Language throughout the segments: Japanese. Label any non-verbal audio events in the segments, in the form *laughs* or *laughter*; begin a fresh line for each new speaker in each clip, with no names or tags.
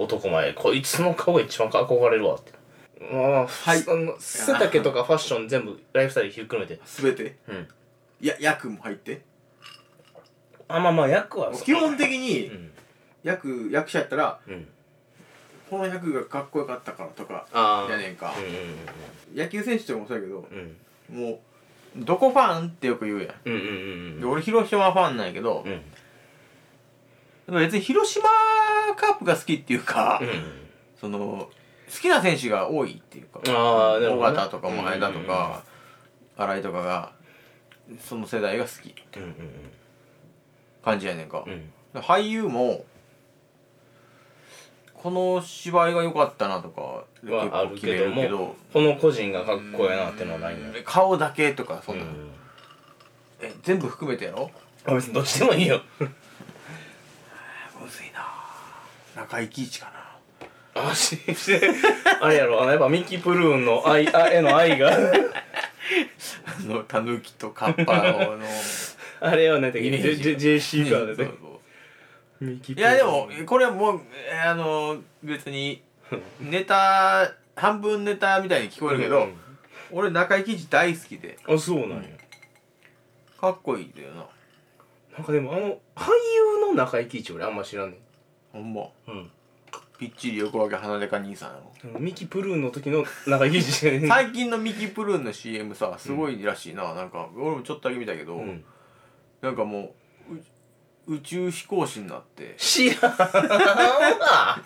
男前こいつの顔が一番憧れるわってまあ、
はい
あの背丈とかファッション全部ライフスタイルひっくるめて
全て
うん
や役も入って
あまあまあ役は
基本的
う
に
ん、
役役者やったら
うん、
この役がかっこよかったからとか
ああ
やねんか
うんうん
野球選手とかもそうやけど
うん
もうどこファンってよく言うやん
うんうんうん
で俺広島ファンなんやけど
うんうん
でも別に広島カープが好きっていうかその好きな選手が多いっていうか
ああなる
尾
ほどね
形とか前田とか新井とかがその世代が好き
うんうん
感じやねんか
うんうん
俳優もこの芝居が良かったなとか
はある
決め
けどもこの個人がかっこええなってのはないんだ
うん顔だけとかそんな、
うん
え全部含めてやろ
あ別にどっちでもいいよ
むずいな中井貴一かな
あししてあれやろあのやっぱミキプルーンの愛あへの愛が
あ *laughs* のたぬきとカッパ
*laughs*
の
あれよね的に
イメージ
JC が
そう
ね
そう
ミキ
いやでもこれはもうえーあの別にネタ *laughs* 半分ネタみたいに聞こえるけど、俺中井貴一大好きで
あそうなんや
かっこいいんだよな
なんかでもあの俳優の中井貴一俺あんま知らんね
ほんま
ん
ぴっちり横分け離れか兄さんやろ
うんミキプルーンの時の中井貴一 *laughs* じゃね
最近のミキプルーンの CM さすごいらしいな、なんか俺もちょっとだけ見たけど、
うん
なんかもうう宇宙飛行士になって
知らんわ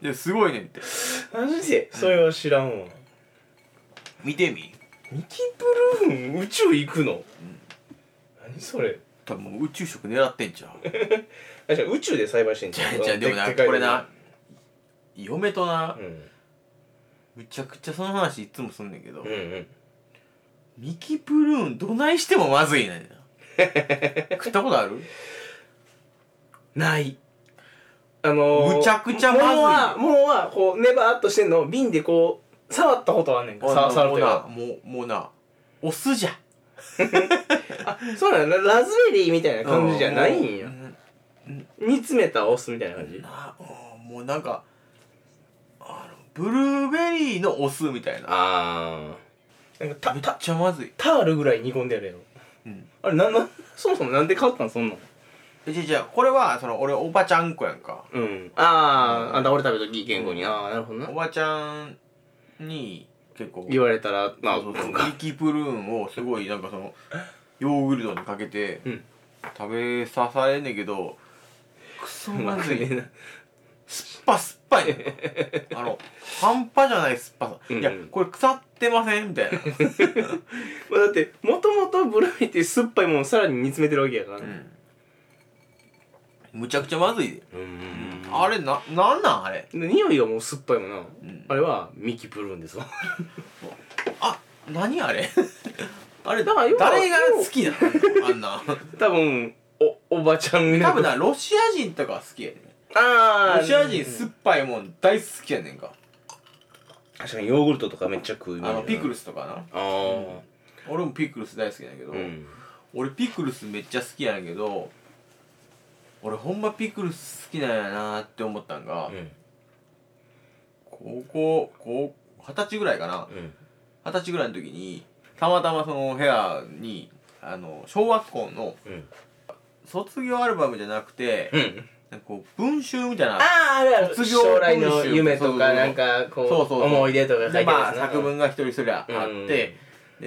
ですごいねんって
マジでそれは知らんわ
見てみ
ミキプルーン宇宙行くの何それ
多分もう宇宙食狙ってんじ
*laughs*
ゃん
あじゃあ宇宙で栽培してんじ
じゃ
ゃん
あじゃあでもな
でっ
こ
かいの
れな嫁とな
う、ん
むちゃくちゃその話いつもすんねんけど、
うんうん
ミキプルーンどないしてもまずいね
*laughs*
んな食ったことある
ないあのー、
むちゃくちゃまずいよ
物は物はこうネバーっとしてんのを瓶でこう触ったことはあんねんかさ触る
も
と
う
いう
な
か
もうもうなお酢じゃ
そうなんやラズベリーみたいな感じじゃないんや
う
煮詰めたお酢みたいな感じ
なうんもうなんかあのブルーベリーのお酢みたいな
あーなんか
め
た
ったちゃまずい
タールぐらい煮込んでやるやろ
うん
あれなんなんそもそもなんで買ったんそんなん
えじゃあじゃあこれはその俺おばちゃん子やんか
うんあーあんた俺食べとき健康にああなるほどな
おばちゃんに結構
言われたらまあ
そう
な
そうん
か
ミキプルーンをすごいなんかそのヨーグルトにかけて
うん
食べさされんねんけどクソ
うま
ま
く
ずい
ねえ *laughs* な
酸っぱ酸っぱいねあの半端じゃない酸っぱさ、
うんうん
いやこれ腐ってませんみたいな、
まあだってもともとブルーベリーって酸っぱいものをさらに煮詰めてるわけやから
う
ね
ん、むちゃくちゃまずいで、
うん
あれななんなんあれ
で匂いがもう酸っぱいもんな、
ん
あれはミキプルーンですわ
あ何あれ *laughs* あれ
だから要は
誰が好きなのあんな
多分おおばちゃん
多分なロシア人とかは好きやね
ああ
ロシア人酸っぱいもん大好きやねんか
確かにヨーグルトとかめっちゃ食うイメー
あ
ジ
のピク
ル
ルスとかな
ああ
俺もピクルス大好きなんやけど、
うん
俺ピクルスめっちゃ好きなんやけど俺ほんまピクルス好きなんやなって思ったんが、
うん
高校高二十歳ぐらいかな
うん
二十歳ぐらいの時にたまたまその部屋にあの小学校の
うん
卒業アルバムじゃなくて、
うん
なんかこう文集みたい
あ
な
ああるある
卒業
将来の
文集
夢と
そうそうそ
か
う
なんかこう
そうそうそう
思い出とか書いて
でま
ま
あ
す
作文が一人それあって、
うん
で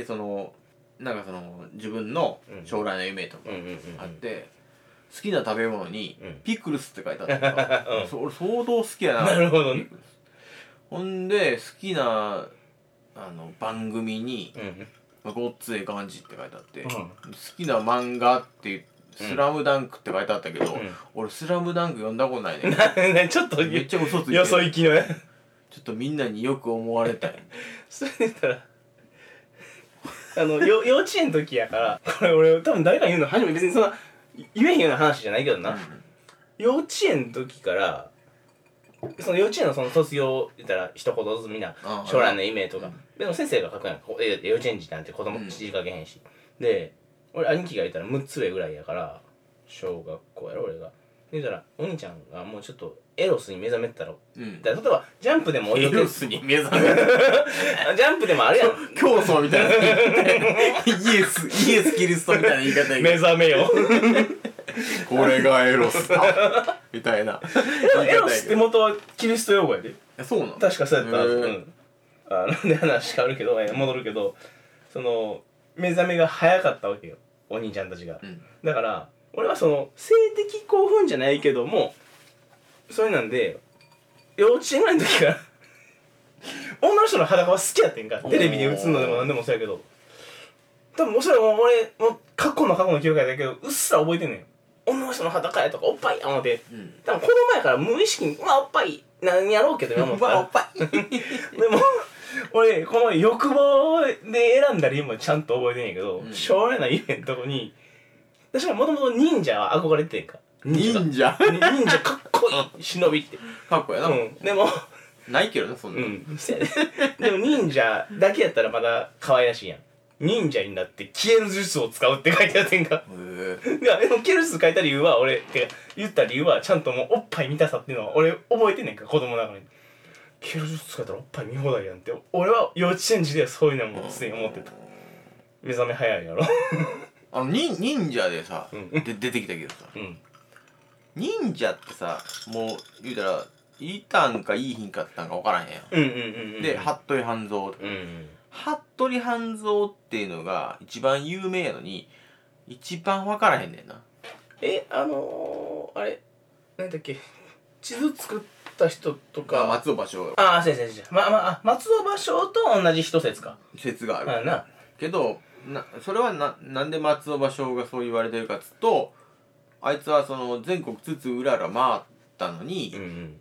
そのなんかその自分の将来の夢とか
うんうんうん
あって、好きな食べ物に
うん
ピクルスって書いてあったから、
*laughs* うん
そ俺相当好きやな
なるほどね
ピクルスほんで好きなあの番組に
うん
「ごっつええ感じ」って書いてあって、
うん
好きな漫画っていう「スラムダンクって書いてあったけど、
うん
俺「スラムダンク読んだことないねん
うん *laughs* ちょっと
めっちゃ嘘ついて
よそ
る
行きのや
ちょっとみんなによく思われたい
それで言ったらあのよ幼稚園の時やからこれ俺多分誰かに言うの初めて別にそんな言えへんような話じゃないけどな、幼稚園の時からその幼稚園のその卒業言ったら一言ずつみんな
ああ
将来の夢とか、
うん
でも先生が書くやんこえ幼稚園児なんて子供
うん
知りかけへんし、で俺兄貴が言ったら6つ上ぐらいやから小学校やろ俺がで言ったらお兄ちゃんがもうちょっとエロスに目覚めてたら
うん
だから例えばジャンプでも追い
エ
かけ
ロスに目覚めた
ジャンプでも
*laughs*
あれやん
競争みたいなイエスイエスキリストみたいな言い方やけ
目覚めよ
どこれがエロスだみたいな言
*laughs*
い
エロ
方や
スっ
け
て
ど
元はキリスト用語やで
えそうなの
確かそうやったはず、
へー
うん、あなんで話変わるけどえ戻るけどその目覚めが早かったわけよお兄ちゃんたちが、
うん
だから俺はその性的興奮じゃないけどもそれなんで幼稚園ぐらいの時から *laughs* 女の人の裸は好きやってんかテレビに映るのでも何でもそうやけど多分おそらくもう俺もう過去の過去の記憶やだけどうっすら覚えてんねん女の人の裸やとかおっぱいや思って
うん
多分子供やから無意識に「まあおっぱいなんやろうけど」思っ
う
た *laughs*
わ
ら
おっぱい
でも俺この欲望で選んだ理由もちゃんと覚えてんやけど、
うん
しょうがない夢のとこに私はもともと忍者は憧れてんか
忍者
忍者かっこいい忍びって、
かっこやな、
うん、でも
ないけどねそん
う
なの、
んせやねでも忍者だけやったらまだ可愛らしいやん忍者になって消える術を使うって書いてあってんか
へえ
いやでも消える術書いた理由は俺てか言った理由はちゃんともうおっぱい見たさっていうのは俺覚えてんねんか子供ながらに消える術使ったらおっぱい見放題やんって俺は幼稚園児ではそういうのもすでに思ってた目覚め早いやろ
あの忍忍者でさ、
うん
で出てきたけどさ
うん
忍者ってさもう言うたらいいたんかいいひんかったんか分からへんやん、
うんうんうんうん
で服部半蔵とか
うんうん
服部半蔵っていうのが一番有名やのに一番分からへんねんな
えあのー、あれなんだっけ地図作った人と
が
か
松尾芭蕉
ああ先生先生まあまああ松尾芭蕉と同じ一説か
説がある
あな
けどなそれはななんで松尾芭蕉がそう言われてるかっつうとあいつはその全国津々浦々回ったのに、
ん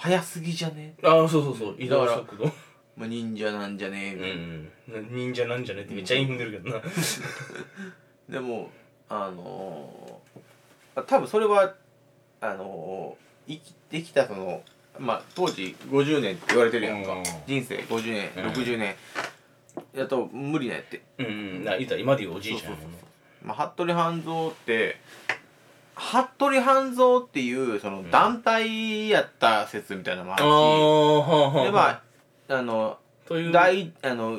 早すぎじゃね
ああそうそうそう
うん
移動
だから
速度
まあ、忍者なんじゃねえみたいな、
うん忍者なんじゃねってめっちゃ言い踏んでるけどな
でもあのー、多分それはあのー、生きてきたそのまあ当時50年って言われてるやんか、
うん
人生50年、
うん
60年やと無理なんやって
うんうんな言ったら今で言うおじいちゃんやもんね
まあ、服部半蔵って服部半蔵っていうその団体やった説みたいなのもあるし、
はあ
でまああの
という
大あの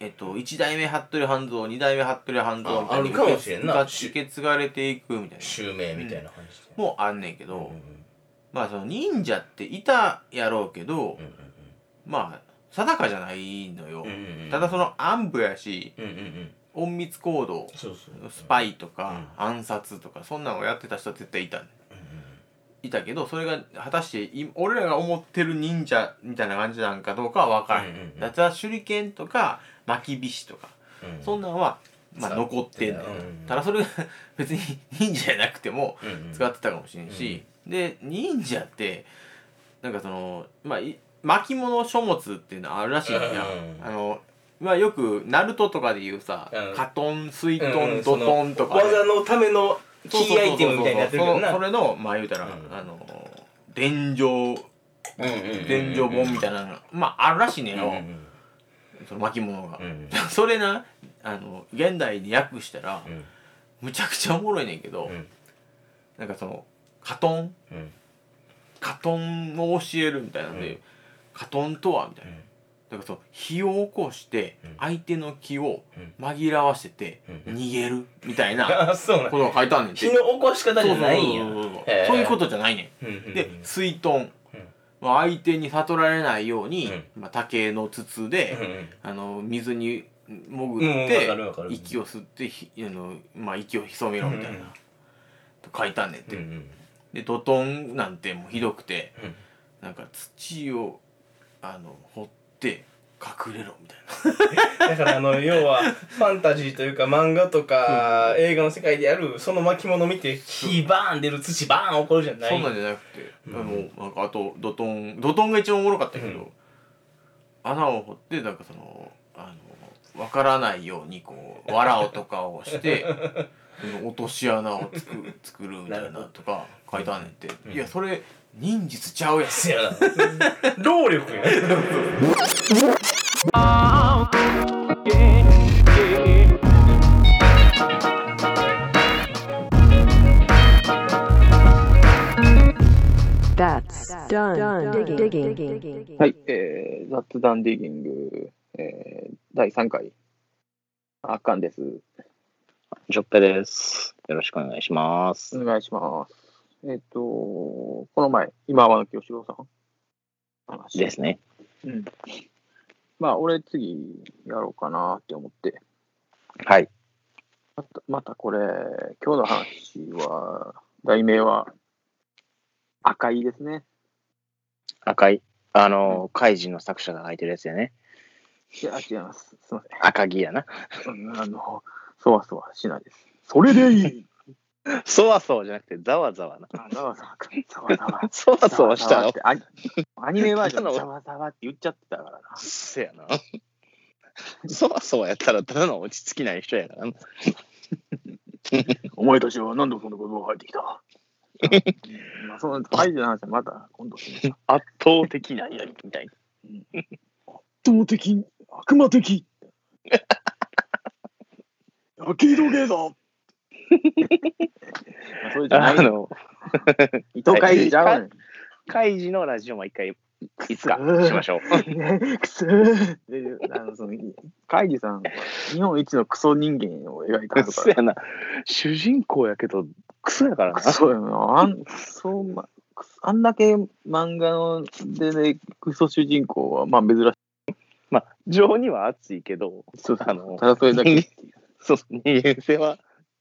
えっと1代目服部半蔵2代目服部半蔵みたい
ああ
に
るかもしれんな
受け受け継がれていくみたいな
襲名みたいな感じで
もうあんねんけど、
う
まあその忍者っていたやろうけど、
ん
まあ定かじゃないのよ、
うんうんうん
ただその暗部やし
うんうんうん
隠密行動
そうそう
スパイとか暗殺とかそんなのをやってた人は絶対いたねいたけどそれが果たしてい俺らが思ってる忍者みたいな感じなんかどうかは分からへん
うんうんうん
だから手裏剣とか巻き菱とか
うん
そんなんはまあ
使っ
残ってんだよ
うんうんうん
ただそれが別に忍者じゃなくても
うんうん
使ってたかもしれんしで忍者ってなんかそのまあい巻物書物っていうのあるらしいんや
うんうん
あのまあよくナルトとかで言うさ
うん
カトンスイト
うんう
ン
ん
ドトンとか
技のためのキーアイテムみたいになってるけどな
そうそうそうそうそれのまあ言うたら、
うん
あの伝承伝承本みたいなのがまああるらしいねんよ、
うん
その巻物が、
うん
それなあの現代に訳したら、
うん
むちゃくちゃおもろいねんけど、
うん
なんかそのカトン
うん
カトンを教えるみたいなんで、
うん
カトンとはみたいな、だからその火を起こして
うん
相手の気を
うん
紛らわせて
うん
逃げるみたいな
あ *laughs* そうなん
ことが書いてあんねんて
火の起こし方じゃないんや
そうそうそうそう
へえ
そういうことじゃないねん
うんうんうん
で水遁、まあ、相手に悟られないように、まあ、竹の筒
うんう
で、
ん
あの水に潜
うん
っ
わかるわか
て
る
息を吸ってひあの、まあ、息を潜めろみたいな、
うん
と書いたんねん
う
て、
んうん
でドトンなんてもうひどくて
うん
なんか土をあの掘って隠れろみたい
だからあの要はファンタジーというか漫画とか映画の世界であるその巻物見て火バーン出る土バーン起こるじゃ
な
ない
そんなんじゃなくて、
うん
もうなんかあとドトンドトンが一番おもろかったけど、
うん
穴を掘ってなんかそのあのわからないようにこう藁をとかをして
*laughs*
その落とし穴を作る作るみたいなとか書いてあんねんて、
うん
いやそれ忍術ちゃうやん
せやな労力や
That's done, digging, digging, digging.
はい、えー、雑談ディギング、えー、第3回、あっかんです。
ジョッペです。よろしくお願いします。
お願いします。えっ、と、この前、今は清志郎さんの話
ですね。
うん。まあ、俺、次やろうかなって思って、
はい。
またまたこれ、今日の話は、題名は、赤いですね。
赤い、あの、カイジの作者が書いてるやつやね。
いや、違います。すいま
赤木やな。
せん。うんあの、そわそわしないです。それでいい
そわそわじゃなくて、ざわざわな。
あざわざわか、ざわざわ。
そわそわした
ざわざわっ
の
てアニアニメバージョンざわざわって言っちゃってたからな。
せやな。そわそわやったら、ただの落ち着きない人やからな。
お前たちは何度その言葉が入ってきたまあその大事な話はまた今度する。
圧倒的なやりみたいな。
動的、悪魔的。焼き色ゲーだ。まあそれじゃ
あ
ない。
の、
糸会じゃん。
カイジのラジオも一回、いつかしましょう。
くそーであのそのカイジさんは日本一のクソ人間を描いてあるか
そ
ら
やな。主人公やけど、クソやからな
ク。ソやな。あん、クソ、ま、クソあんだけ漫画のでね、クソ主人公は、まあ珍しい。
まあ、情には熱いけど、
そうそう
あの
ただそれだ
*laughs*
け。
そうそう、人間性は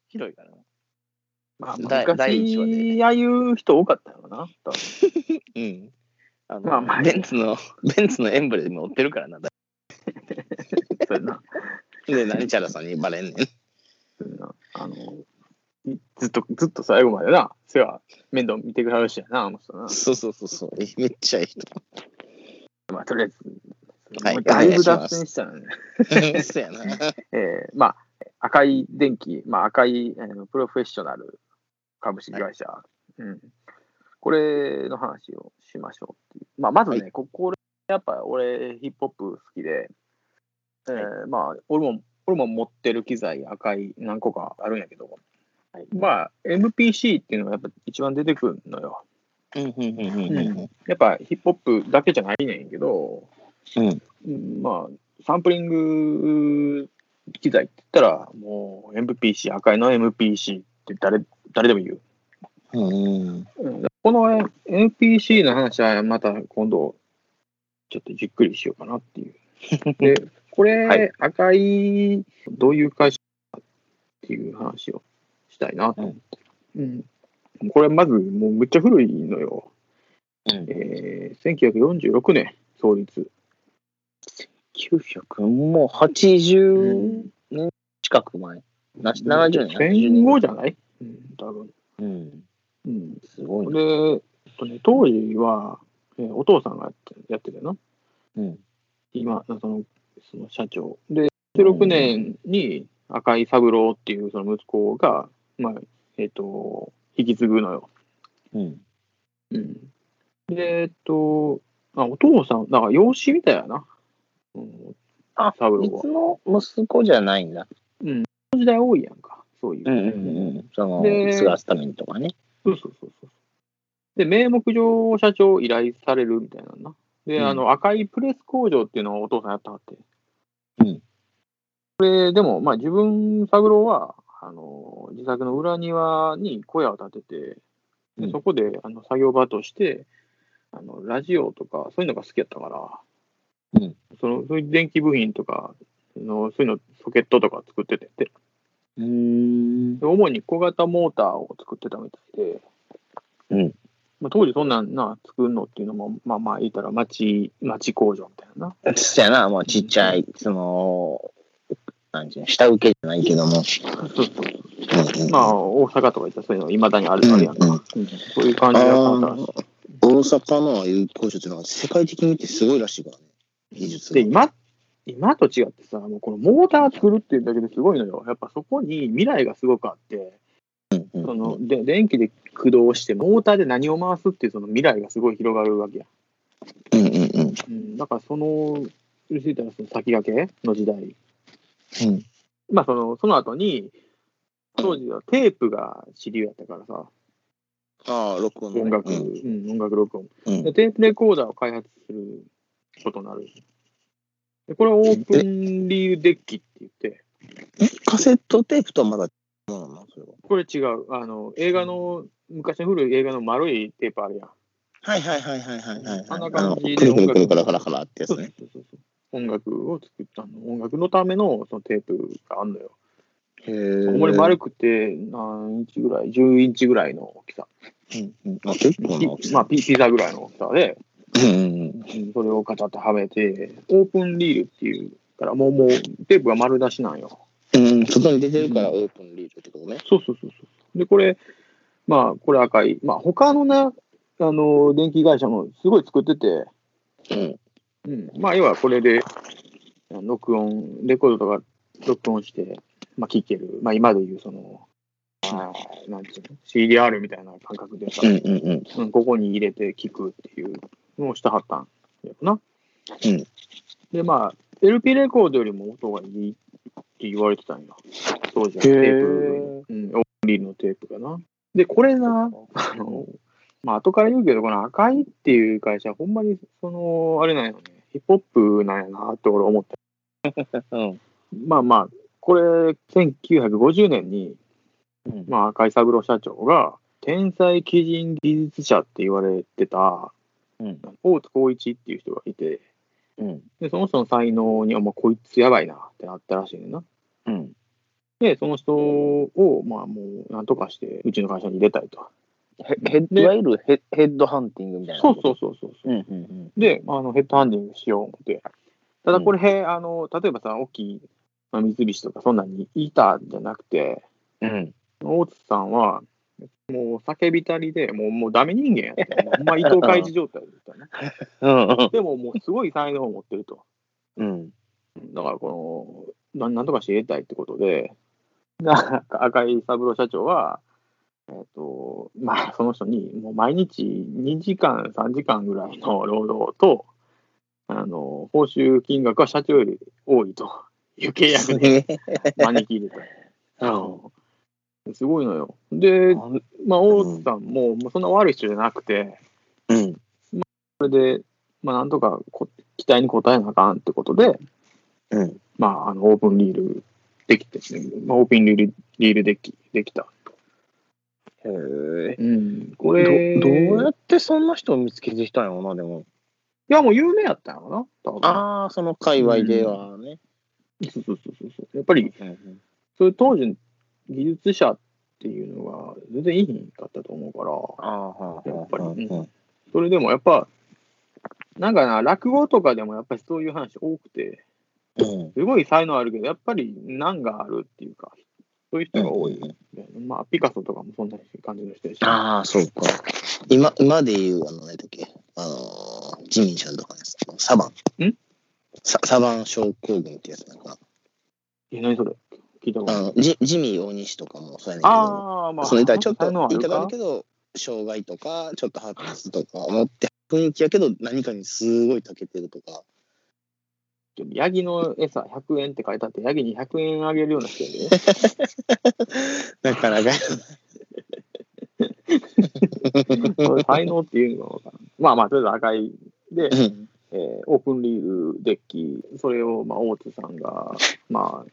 広いからな。
まあ、
だ第一話
昔、ああいう人多かったよな。 *laughs* 多分
うん。あの、
まあまあ
ベンツの、ベンツのエンブレム追ってるからな。だ
そうやな。
で、何ちゃらさんにバレんね
そ
ん。
うやなあの、いずっと、ずっと最後までな、世話、面倒見てくれるしやな、あの人な。
そうそうそうそう。めっちゃい *laughs* い人。
まあ、とりあえず、
はい
だいぶ
お願い
脱
し
線
ます
したよね。
そうやな。
えー、まあ、赤い電気、まあ、赤い、えープロフェッショナル株式会社、うん、これの話をしましょうっていう。まあ、まずね、
は
ここ、やっぱ俺、ヒップホップ好きで、えーまあ、俺も、俺も持ってる機材、赤い何個かあるんやけど、まあ、MPC っていうのがやっぱ一番出てくるのよ。
うんうんうんうんうん
やっぱヒップホップだけじゃないねんけど、
うん
うんまあ、サンプリング機材って言ったら、もう MPC、赤いの MPC って誰誰でも言う。
うんうん。
この MPC の話はまた今度、ちょっとじっくりしようかなっていう。
*laughs*
で、これ、
はい
赤い、どういう会社っていう話をしたいなと思って。うんこれ、まず、もうむっちゃ古いのよ。
うん
えー、1946年創立。
900もう80年近く前。な70年。
戦後じゃない、うん、多分。
うん。
うん、
すごいね。
で、えっとね、当時は、えーお父さんがやってやってたよな。
うん。
今、そのその社長。で、16年に赤井三郎っていうその息子が、まあ、えっ、と、引き継ぐのよ。
うん。
うん、で、えっと、あお父さん、なんか養子みたいやな。うん、
あ
三郎
い
は
つ。の息子じゃないんだ。
この時代多いやんか、そういう。
うんうんうん。その、
で
スガスタミンとかね。
そうそうそうそう。で、名目上社長依頼されるみたいなのな。で、
うん
あの、赤いプレス工場っていうのをお父さんやったはって。
うん。
これ、でも、まあ自分、三郎は、あの、自宅の裏庭に小屋を建てて、
う
で
ん
そこであの作業場として、あの、ラジオとか、そういうのが好きやったから、
うん。
その、そういう電気部品とか、あのそういうの、ソケットとか作ってて、で
うーん。
で主に小型モーターを作ってたみたいで、
うん
まあ、当時そんなんな作るのっていうのもまあまあ言ったら町町工場みたいなな
ちっちゃいな、もうちっちゃい、その、なんていうの、下請けじゃないけど
そ
も。
うそう
うんうん
まあ大阪とか行ったらそういうのいまだにあるわけやんか、
うん
うんそういう感じだったらしい
大阪のああいう工場ってのは世界的に見てすごいらしいからね。技術
で
が。
今今と違ってさもうこのモーター作るっていうだけですごいのよやっぱそこに未来がすごくあって
うんうん
そので電気で駆動してモーターで何を回すっていうその未来がすごい広がるわけやん
うんうんうん。
うん、だからその、言ったらその先駆けの時代、
うん
まあそのその後に、当時はテープが主流やったからさ、
ああ、録音のね
音楽、
う
うんん、音楽録音。
うん
でテープレコーダーを開発することになる。でこれをオープンリーデッキって言って、
カセットテープとはまだ、もうなのそれは。
これ違う。あの、映画の、昔の古い映画の丸いテープあるやん。
はいはいはいはいはいはい。
あんな感じで
あのくるくるくるからからからってやつね。
そうそうそう音楽を作ったの。音楽のためのそのテープがあるのよ。
へえ。
ほんまに丸くて何インチぐらい ?10 インチぐらいの大きさ。
うんうん。あ、結構な大き
まあ、
さ。
ピピザぐらいの大きさで、
うんうん
うんそれをガチャッとはめて、オープンリールっていうから、もう、もう、テープが丸出しなんよ。
うん。うん、外に出てるからオープンリードってことね。
そうそうそうそう。で、これ、まあ、これ赤い。まあ、他のね、あの、電気会社もすごい作ってて、
うん。
うん、まあ、要はこれで、録音、レコードとか録音して、まあ、聴ける。まあ、今でいう、その、あーなんていうの ?CDR みたいな感覚でさ、
うんうんうん。
うん、ここに入れて聞くっていうのをしたはったんやろな。
うん
で、まあ、LP レコードよりも音がいいって言われてたんや。当時は
へ
テ
ー
ープ、うん、オンリーのテープかな。で、これな、あの、まあ、後から言うけど、この赤いっていう会社、ほんまに、その、あれなんよね、ヒップホップなんやなって俺思った。
*laughs* うん。
まあまあ、これ、1950年に、
うん
まあ、赤井三郎社長が、天才基人技術者って言われてた、
うん
大津光一っていう人がいて、
うん。
でその人の才能に、あまあ、こいつやばいなってなったらしいねんな。
うん。
で、その人を、まあ、もう、なんとかして、うちの会社に入れたいと。
へヘッド、
ね
いわゆるヘヘッドハンティングみたいな。
そうそうそうそうそう
う。うんうんうん。
で、あのヘッドハンディングしよう思って。ただこれ、へあの、例えばさ、大きい、まあ、三菱とかそんなにいたんじゃなくて、
うん。
大津さんは、もう叫びたりで、もうもうダメ人間やったよ。ほんま伊藤開示状態だったね。
うん
*laughs* でももうすごい才能を持ってると。
うん。
だからこの、ななんとかして得たいってことで、な赤井三郎社長は、えっと、まあ、その人に、もう毎日2時間、3時間ぐらいの労働と、あの、報酬金額は社長より多いという契約
す
で
げえ。
招き入れた。 *laughs* うんすごいのよ。で、まあ、大津さんも、もうそんな悪い人じゃなくて、
うん。
それで、まあ、なんとかこ期待に応えなあかんってことで、
うん。
まあ、あのオープンリールできて、まあ、オープンリールリールできできた。
へえ。
うん、こ
どど
れ
うや
い
ってそんな人を見つけてきたんやろな、でも。
や、もう有名やったんやろな、多分
ああ、その界隈ではね。
そうそうそうそう。やっぱり、
うん
そういう当時の技術者っていうのが全然いいんかったと思うから、
ああ、はあ、
やっぱりうん
うん
それでもやっぱ、なんかな、落語とかでもやっぱりそういう話多くて、
うん。
すごい才能あるけど、やっぱり難があるっていうか、そういう人が多い。まあ、ピカソとかもそんな感じの人でしょ。
ああ、そうか。今、今で言う、あの、何だっけ、あのー、ジミンちゃんとかね、サバン。
ん
ササバン症候群ってやつなんか
え、何それ聞いたこと
な。
な
あ
い。
のジジミー大西とかもそうやねんけど、
ああ、まあ、
その痛いちょっと
才能あ
痛
る
があ
か
るけど、障害とか、ちょっと発達とか持って、雰囲気やけど、何かにすごい長けてるとか。 *laughs*
ヤギの餌100円って書いてあって、ヤギに100円あげるような人やで。
なかなか。
そういう才能っていうのがわからんまあまあ、とりあえず赤い。で
う、ん
えーオープンリールデッキ、それを、まあ、大津さんが、まあ、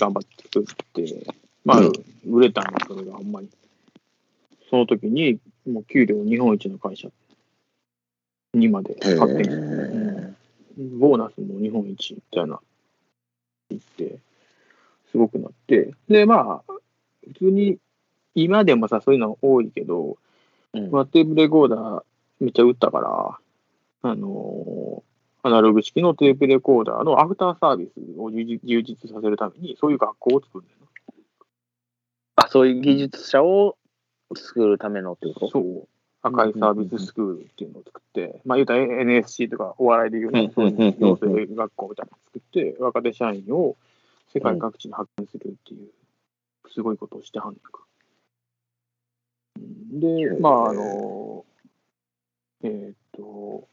頑張って作って、まあ
うん、
売れたんですそれがほんまに。その時に、もう給料日本一の会社にまで発展して、
へ
うんボーナスも日本一みたいな、言って、すごくなって。で、まあ、普通に、今でもさ、そういうの多いけど、
うん
まあ、テープレコーダーめっちゃ打ったから、あのーアナログ式のテープレコーダーのアフターサービスを充実充実させるために、そういう学校を作るんだよ
あ、そういう技術者を作るためのって
な。
こと
そう。赤いサービススクールっていうのを作って、まあ、言うたら NSC とかお笑いで言うね、そういう養成学校みたいなの作って、若手社員を世界各地に派遣するっていう、すごいことをしてはんねんか。で、まあ、あの、えーっと、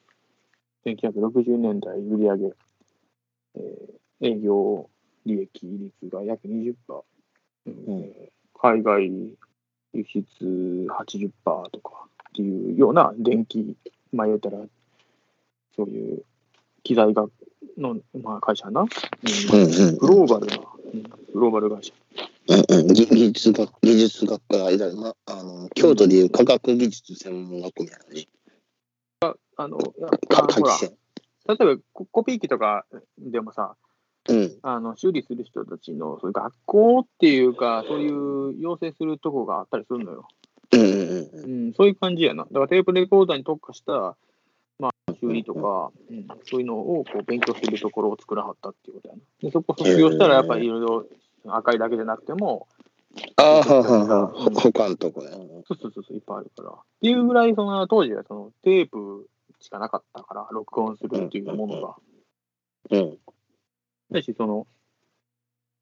1960年代売り上げ、えー営業利益率が約20%、うん
う
海外輸出80%とか、っていうような電気、まあ言うたら、そういう機材がの、まあ、会社やな、うん
うんうん
グローバルな、うんグローバル会社。
うんうん、技技術学技術学科あれだよなあの京都でいう科学技術専門学校みたいなね
あの、いやあ
か
ほら
会、社
例えばココピー機とかでもさ、
うん
あの修理する人たちのそういう学校っていうか、そういう要請するとこがあったりするのよ。
うんうんうん
うん、そういう感じやな。だからテープレコーダーに特化した、まあ、修理とか、うんそういうのをこう勉強するところを作らはったっていうことやな。でそこ卒業したら、やっぱりいろいろ赤いだけじゃなくても、
ああははは他のとこね
そうそうそうそう、いっぱいあるから。っていうぐらい、その当時はそのテープしかなかったから、録音するっていうものが。
うん
だし、その、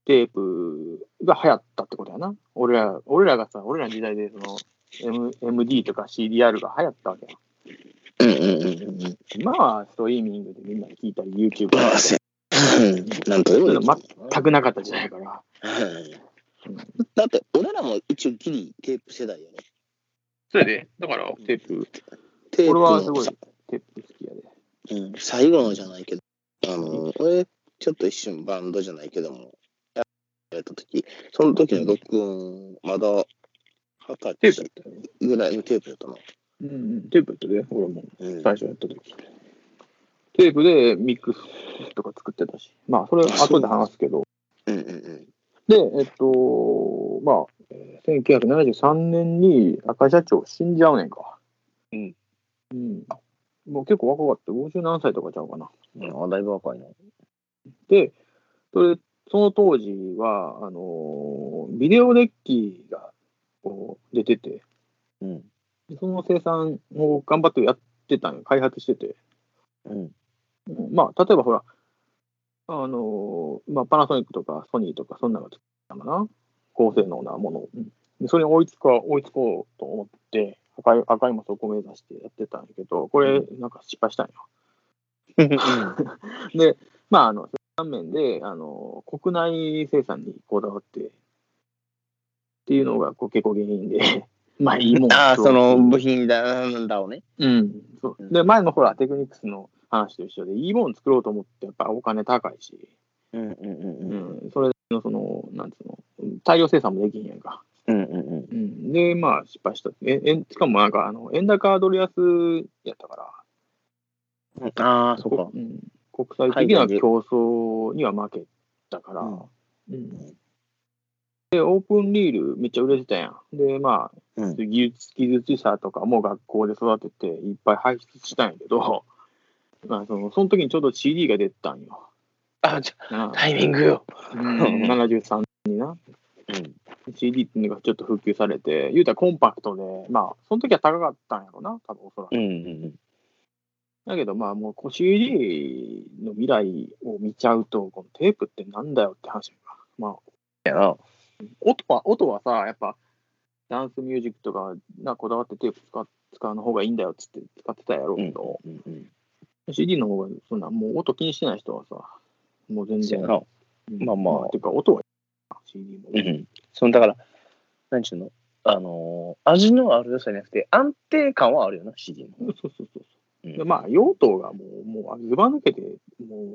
テープが流行ったってことやな。俺ら、俺らがさ、俺らの時代で、その、M、MD とか CDR が流行ったわけや。
うんうんうんうん
今はストリーミングでみんなで聞いたり、YouTube
ま
が
あせうんなんとでもいい
ま全くなかった時代やから。
うんだって俺らも一応ギリテープ世代よね
そうやで、だからテープ、
テープ
俺
の
はすごいテープ好きやで。
うん、最後のじゃないけど、あの、俺、ちょっと一瞬バンドじゃないけども、やった時、その時の録音、まだ二
テ
十
ープや
歳
ったよね。
ぐらいのテープだったな。
うんうん、テープやったで、俺も
うん
最初やった時。テープでミックスとか作ってたし。まあ、それは後で話すけど。
うんうん
で、えっと、まあ、えー1973年に赤社長死んじゃうねんか。
うん。
うん。もう結構若かった。50何歳とかちゃうかな。
うん。あ、だいぶ若いな。
で、それ、その当時は、あのービデオデッキがこう出てて、
うん。
でその生産を頑張ってやってたんよ、開発してて。
うん。
うんまあ、例えばほら、あのーまあ、パナソニックとかソニーとか、そんなのが作ったのかな、高性能なものを。でそれに追いつこう、追いつこうと思って、赤い、赤いもそこ目指してやってたんやけど、これ、なんか失敗したんよ。 *laughs* で、まあ、あの、断面で、あの、国内生産にこだわって、っていうのがこう結構原因で、 *laughs* まあ、いいもん。
ああ、その部品だ、なんだをね。
うん。そう。で、前のほら、テクニックスの話と一緒で、いいもん作ろうと思って、やっぱお金高いし、
うんうんうん
う
うん。
ん。それの、その、なんつうの、大量生産もできんやんか。
うんうんうん。
うん。で、まあ、失敗した。え、えしかもなんか、あの、円高ドル安やったから、
ああ、そうか
こ。ん、国際的な競争には負けたから、
うん
うんで、オープンリールめっちゃ売れてたやん。で、まあ、
うん
技術技術者とかも学校で育てていっぱい輩出したんやけど、 *laughs* まあ、そのその時にちょうど CD が出たんよ。
あじゃ
な
イミングよ。
うん73にな。CD っていうのがちょっと普及されて、言うたらコンパクトで、まあ、その時は高かったんやろな、多分おそらく
うん。うん
だけどまあもうこう CD の未来を見ちゃうと、このテープってなんだよって話やんか。まあ、
やな。
音は、音はさ、やっぱ、ダンスミュージックとか、なこだわってテープ使う使うの方がいいんだよっつって使ってたやろうけど、
うんうん。
CD の方が、そんな、もう音気にしてない人はさ、もう全
そう
然
や。な。
うん
まあまあ
ていうか、音はいいな CD も。
うん、そのだから、なんちゅうの、あのー味のある良さじゃなくて、安定感はあるよな、CD の。
そうそうそうそう。
うん
でまあ、用途がもう、もう、ずば抜けて、も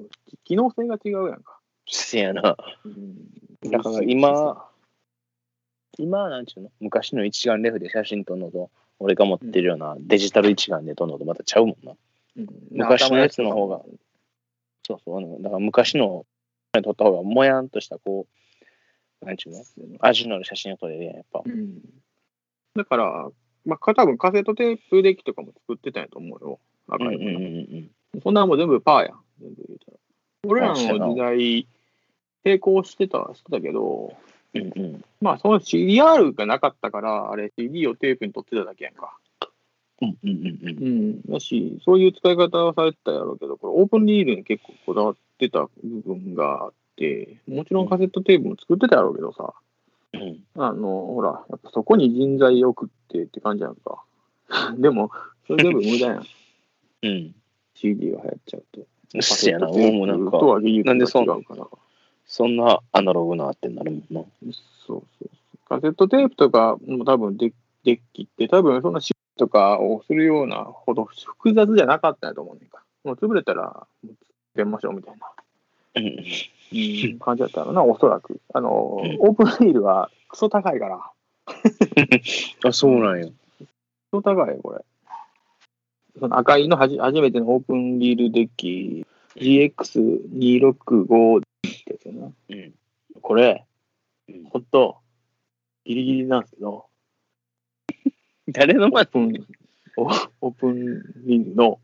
う、機能性が違うやんか。
せやな。
うん
だから今、今はなんちゅうの、昔の一眼レフで写真撮るのと、俺が持ってるようなデジタル一眼で撮るのとまたちゃうもんな。
うん
昔のやつの方が。そうそうあの、だから昔の撮った方が、もやんとした、こう、なんちゅうの、味のある写真を撮れるやん、やっぱ。
うんだから、まあ、か多分カセットテープデッキとかも作ってたんやと思うよ。赤
うんうん
い、
うんうん
そんなんもう全部パーやん。全部言うたら俺ら
あそうやな
の時代、並行してた、してたけど、
うんうん。
まあ、その CDR がなかったから、あれ CD をテープに取ってただけやんか。
うんうんうんうん
うん。だし、そういう使い方はされてたやろうけど、これオープンリールに結構こだわってた部分があって、もちろんカセットテープも作ってたやろうけどさ、
うん。
あの、ほら、やっぱそこに人材を送ってって感じやんか。 *laughs* でも、それ全部無駄やん。
うん。
CD が流行っちゃうと。
*laughs* せやな、俺もなんか
と。は技術
なんでそ
が
う
違
な
うから。
そんなアナログなってなるもんな。
そうそうそう。カセットテープとかも多分デッデッキって多分そんな仕とかをするようなほど複雑じゃなかったんやと思うねんか。もう潰れたら、もう出ましょうみたいな
うん
うん感じだったのな、おそらく。あの、オープンフィールはクソ高いから。
あ、そうなんや。
クソ高いよ、これ。その赤いのはじ初めてのオープンリールデッキ GX265 ってやつやな。
うん
これ
うん、
ほんと、ギリギリなんですけど、
誰の
オー
前
プン、オオープンリールの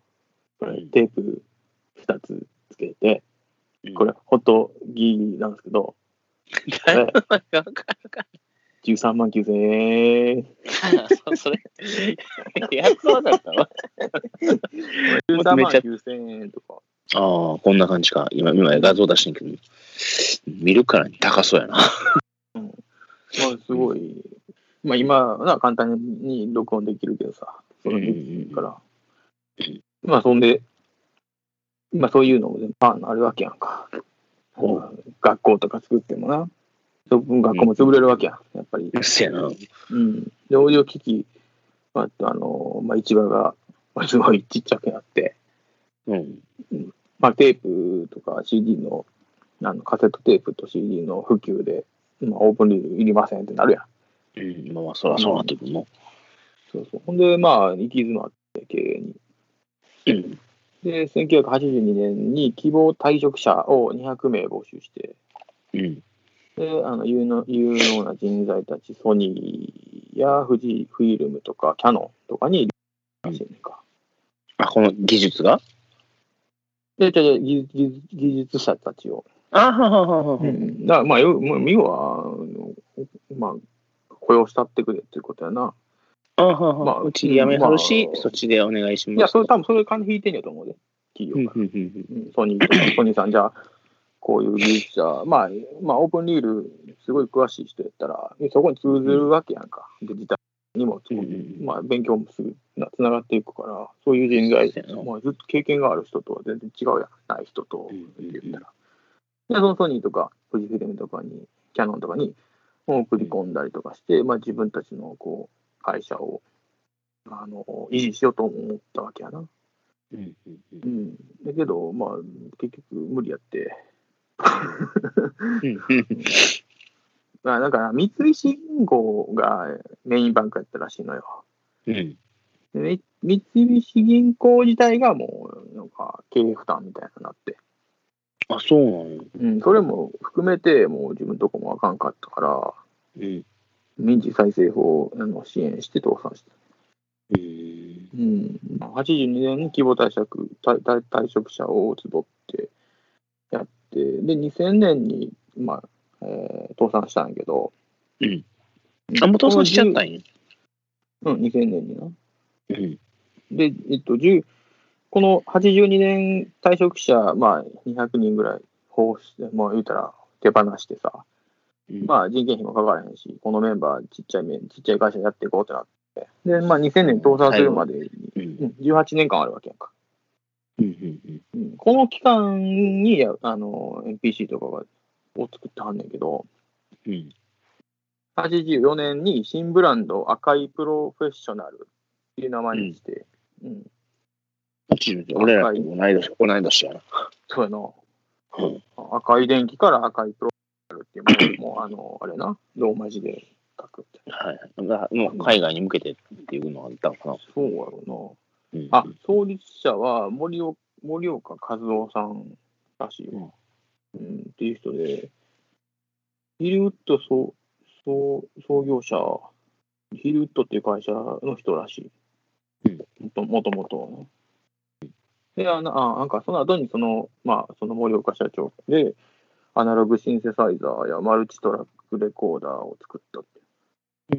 これテープ2つつけて、これ、ほんとギリギリなんですけど、
誰の前か分からんか
13万9000円。
そうそれ、やっと分かったわ。
13
め
万
っちゃ
9000円とか。
ああ、こんな感じか。今、今画像出してんけど、見るからに高そうやな。
まあ、すごい、まあ、今は簡単に録音できるけどさ、それできるから。まあ、そんで、まあ、そういうのも全部パンあるわけやんか。学校とか作ってもな。学校も潰れるわけやん、やっぱり。
そやな。うん
うん。で、オーディオ機器、まあ、あの、まあ、市場が、まあ、すごいちっちゃくなって、。
うん
まあ、テープとか CD の、あのカセットテープと CD の普及で、まあ、オープンリールいりませんってなるやん。
まあまあ、そらそうなってくるの。
そうそう。ほんで、まあ、行き詰まって、経営に。
うん。
で、1982年に希望退職者を200名募集して、
うん。
で、あの、有能有能な人材たち、ソニーや富士フィルムとか、キャノンとかに、らしいねんか。
あ、この技術が
で、じゃじゃ技技技術者たちを。
あはははは。
うん。だから、まあ、よもう要は、あのまあ、雇用したってくれっていうことやな。
あはは
ま
は。
あ
うちでやめはるし
ま、あ
そっちでお願いします。
いや、それ多分それ金引いてんやと思うで、企
うん
業が。
うんうん
うんソニーと *coughs* か、ソニーさんじゃあ、こういう技術者、まあ、まあ、オープンリール、すごい詳しい人やったら、そこに通ずるわけやんか。で、自体にも、
うんうん
まあ、勉強もすぐなつながっていくから、そういう人材
そうやな、
まあ、ずっと経験がある人とは全然違うやん、ない人と、
うんうんうん
言ったら。で、そのソニーとか、富士フィルムとかに、キャノンとかに、送り込んだりとかして、まあ、自分たちの、こう、会社を、あの、維持しようと思ったわけやな。
うんうんうん
うん、だけど、まあ、結局無理やって、
うんうん
まあ、だから三井信号がメインバンクやったらしいのよ。
うん
でみ三菱銀行自体がもう、なんか経営負担みたいになって、
あ、そうなんや。
うん、それも含めて、もう自分とこもあかんかったから、
うん。
民事再生法あの支援して倒産した。
うん
うん、82年に規模退職退退退職者を募ってやって、で、2000年に、まあ、えー倒産したんやけど、
うんあ、もう倒産しちゃったんや。
うん、2000年にな。
うん。
で、えっと、10この82年退職者、まあ、200人ぐらい放出、まあ、言うたら手放してさ、
うん
まあ、人件費もかからへんし、このメンバー、ちっちゃいめ、ちっちゃい会社やっていこうってなって、で、まあ、2000年倒産するまでに、
うん
うん、18年間あるわけやんか。
うんうんうん
うん、この期間にやあの NPC とかがを作ってはんねんけど、
うん
84年に新ブランド赤いプロフェッショナルっていう名前にして、うん
俺らと同い年、同い年やな。
そうやな
うん。
赤い電気から赤いプロフェッショナルっていうものもうあの、あれな、ローマ字で書くって。
はい。だからもう海外に向けてっていうのがあったのかな。
そうやろ
うん
な。あ、創立者は森岡森岡和夫さんらしいわ。うん、っていう人で、ヒルウッド創創創業者、ヒルウッドっていう会社の人らしい。もともともとはね。で、あのあなんかその後にその、まあ、その森岡社長で、アナログシンセサイザーやマルチトラックレコーダーを作ったっ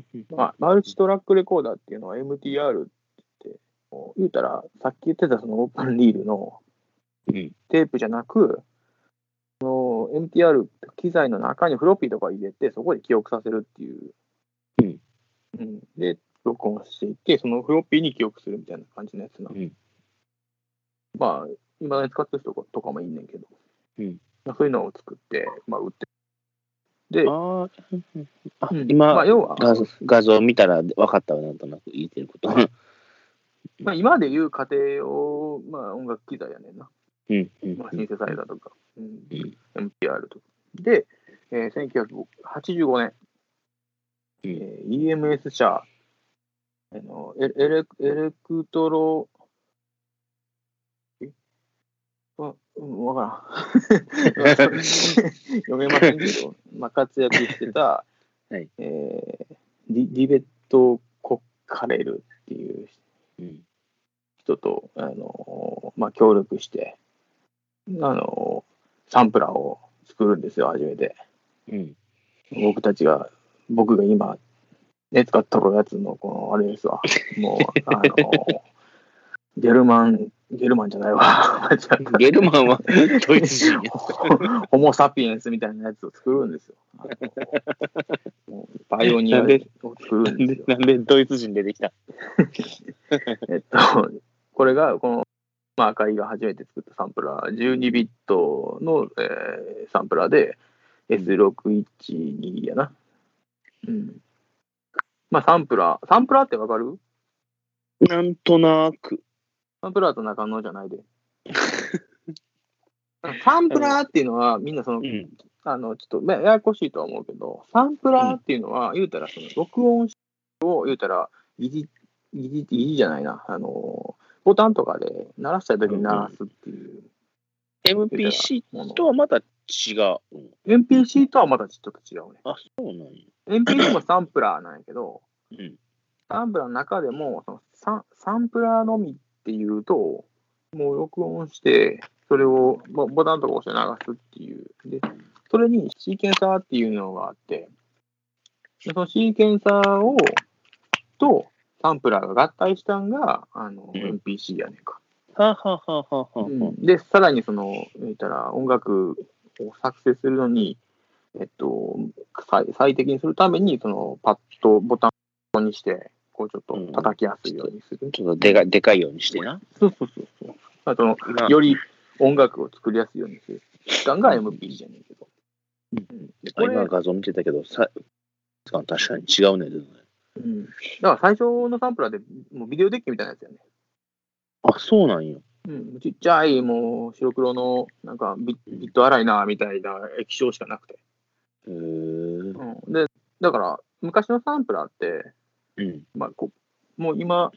て。まあ、マルチトラックレコーダーっていうのは MTR って言って、もう言うたら、さっき言ってたそのオープンリールの
うん
テープじゃなく、その MTR って機材の中にフロッピーとか入れて、そこで記憶させるっていう。
うん
うんで、録音していって、そのフロッピーに記憶するみたいな感じのやつな。
うん
まあ、今だに使ってる人とかもいんねんけど、
うん
まあ、そういうのを作って、まあ、売って。で、
あーあ
うん
今
まあ、要は、
画像画像見たら分かったわなんとなく言ってること。
まあ、今でいう家庭用、まあ、音楽機材やねんな。
うんうん
まあ、シンセサイザーとか、うん
うん
MPR とか。で、えー、1985年、
うん
えー EMS 社、あのエエレエレクトロ、えわ、うん、わからん。 *laughs* 読めませんけど、まあ、活躍してた、
*laughs* はい
えーリリベット・コッカレルっていう
うん
人と、あのまあ、協力して、あのサンプラーを作るんですよ、初めて。
うん
僕たちが、僕が今、ね、使っとるやつの、この、あれですわ。もう、あ
*laughs*
のゲルマン、ゲルマンじゃないわ。間違った
*laughs* ゲルマン *laughs* はドイツ人や
ホホモ・サピエンスみたいなやつを作るんですよ。あ
*laughs*
のもうバイオニアを作る
なんん
です
で
よ。
なんでドイツ人出てきた
えっと、これが、この、まあ、赤井が初めて作ったサンプラー、12ビットの、えーサンプラーで、S612 やな。うん。まあ、サンプラー、サンプラーってわかる
なんとなく
サンプラーと中野じゃない
*laughs*
で。サンプラーっていうのは、みんなその
う、ん
あの、ちょっと、まあややこしいとは思うけど、サンプラーっていうのは、言うたら、その、録音を、言うたら、疑似、疑似、疑似じゃないな、あの、ボタンとかで鳴らしたい時に鳴らすっていう。
MPC とはまた違う
NPC とはまたちょっと違うね。
あそうなんや
NPC もサンプラーなんやけど、
うん
サンプラーの中でも、そのササンプラーのみっていうと、もう録音して、それをボボタンとか押して流すっていう。で、それにシーケンサーっていうのがあって、でそのシーケンサーを、とサンプラーが合体したんが、あの、
うん
NPC やねんか。
はははははは
で、さらにその、言ったら音楽を作成するのに、えっと、最最適にするために、そのパッドボタンをにして、こうちょっと叩きやすいようにする。
ちょっとでかいでかいようにしてな
そうそうそうそう。あとの、
今
より音楽を作りやすいようにする。ガンガン MPG じゃねえけど。うんでこれ
今画像見てたけどさ確かに違うね全然
うん、だから最初のサンプラーでもうビデオデッキみたいなやつやね。
あそうなんや
うん、ちっちゃい、もう白黒の、なんかビビット荒いな、みたいな液晶しかなくて。
へー
うん、でだから昔のサンプラーって、
うん
まあ、こもう今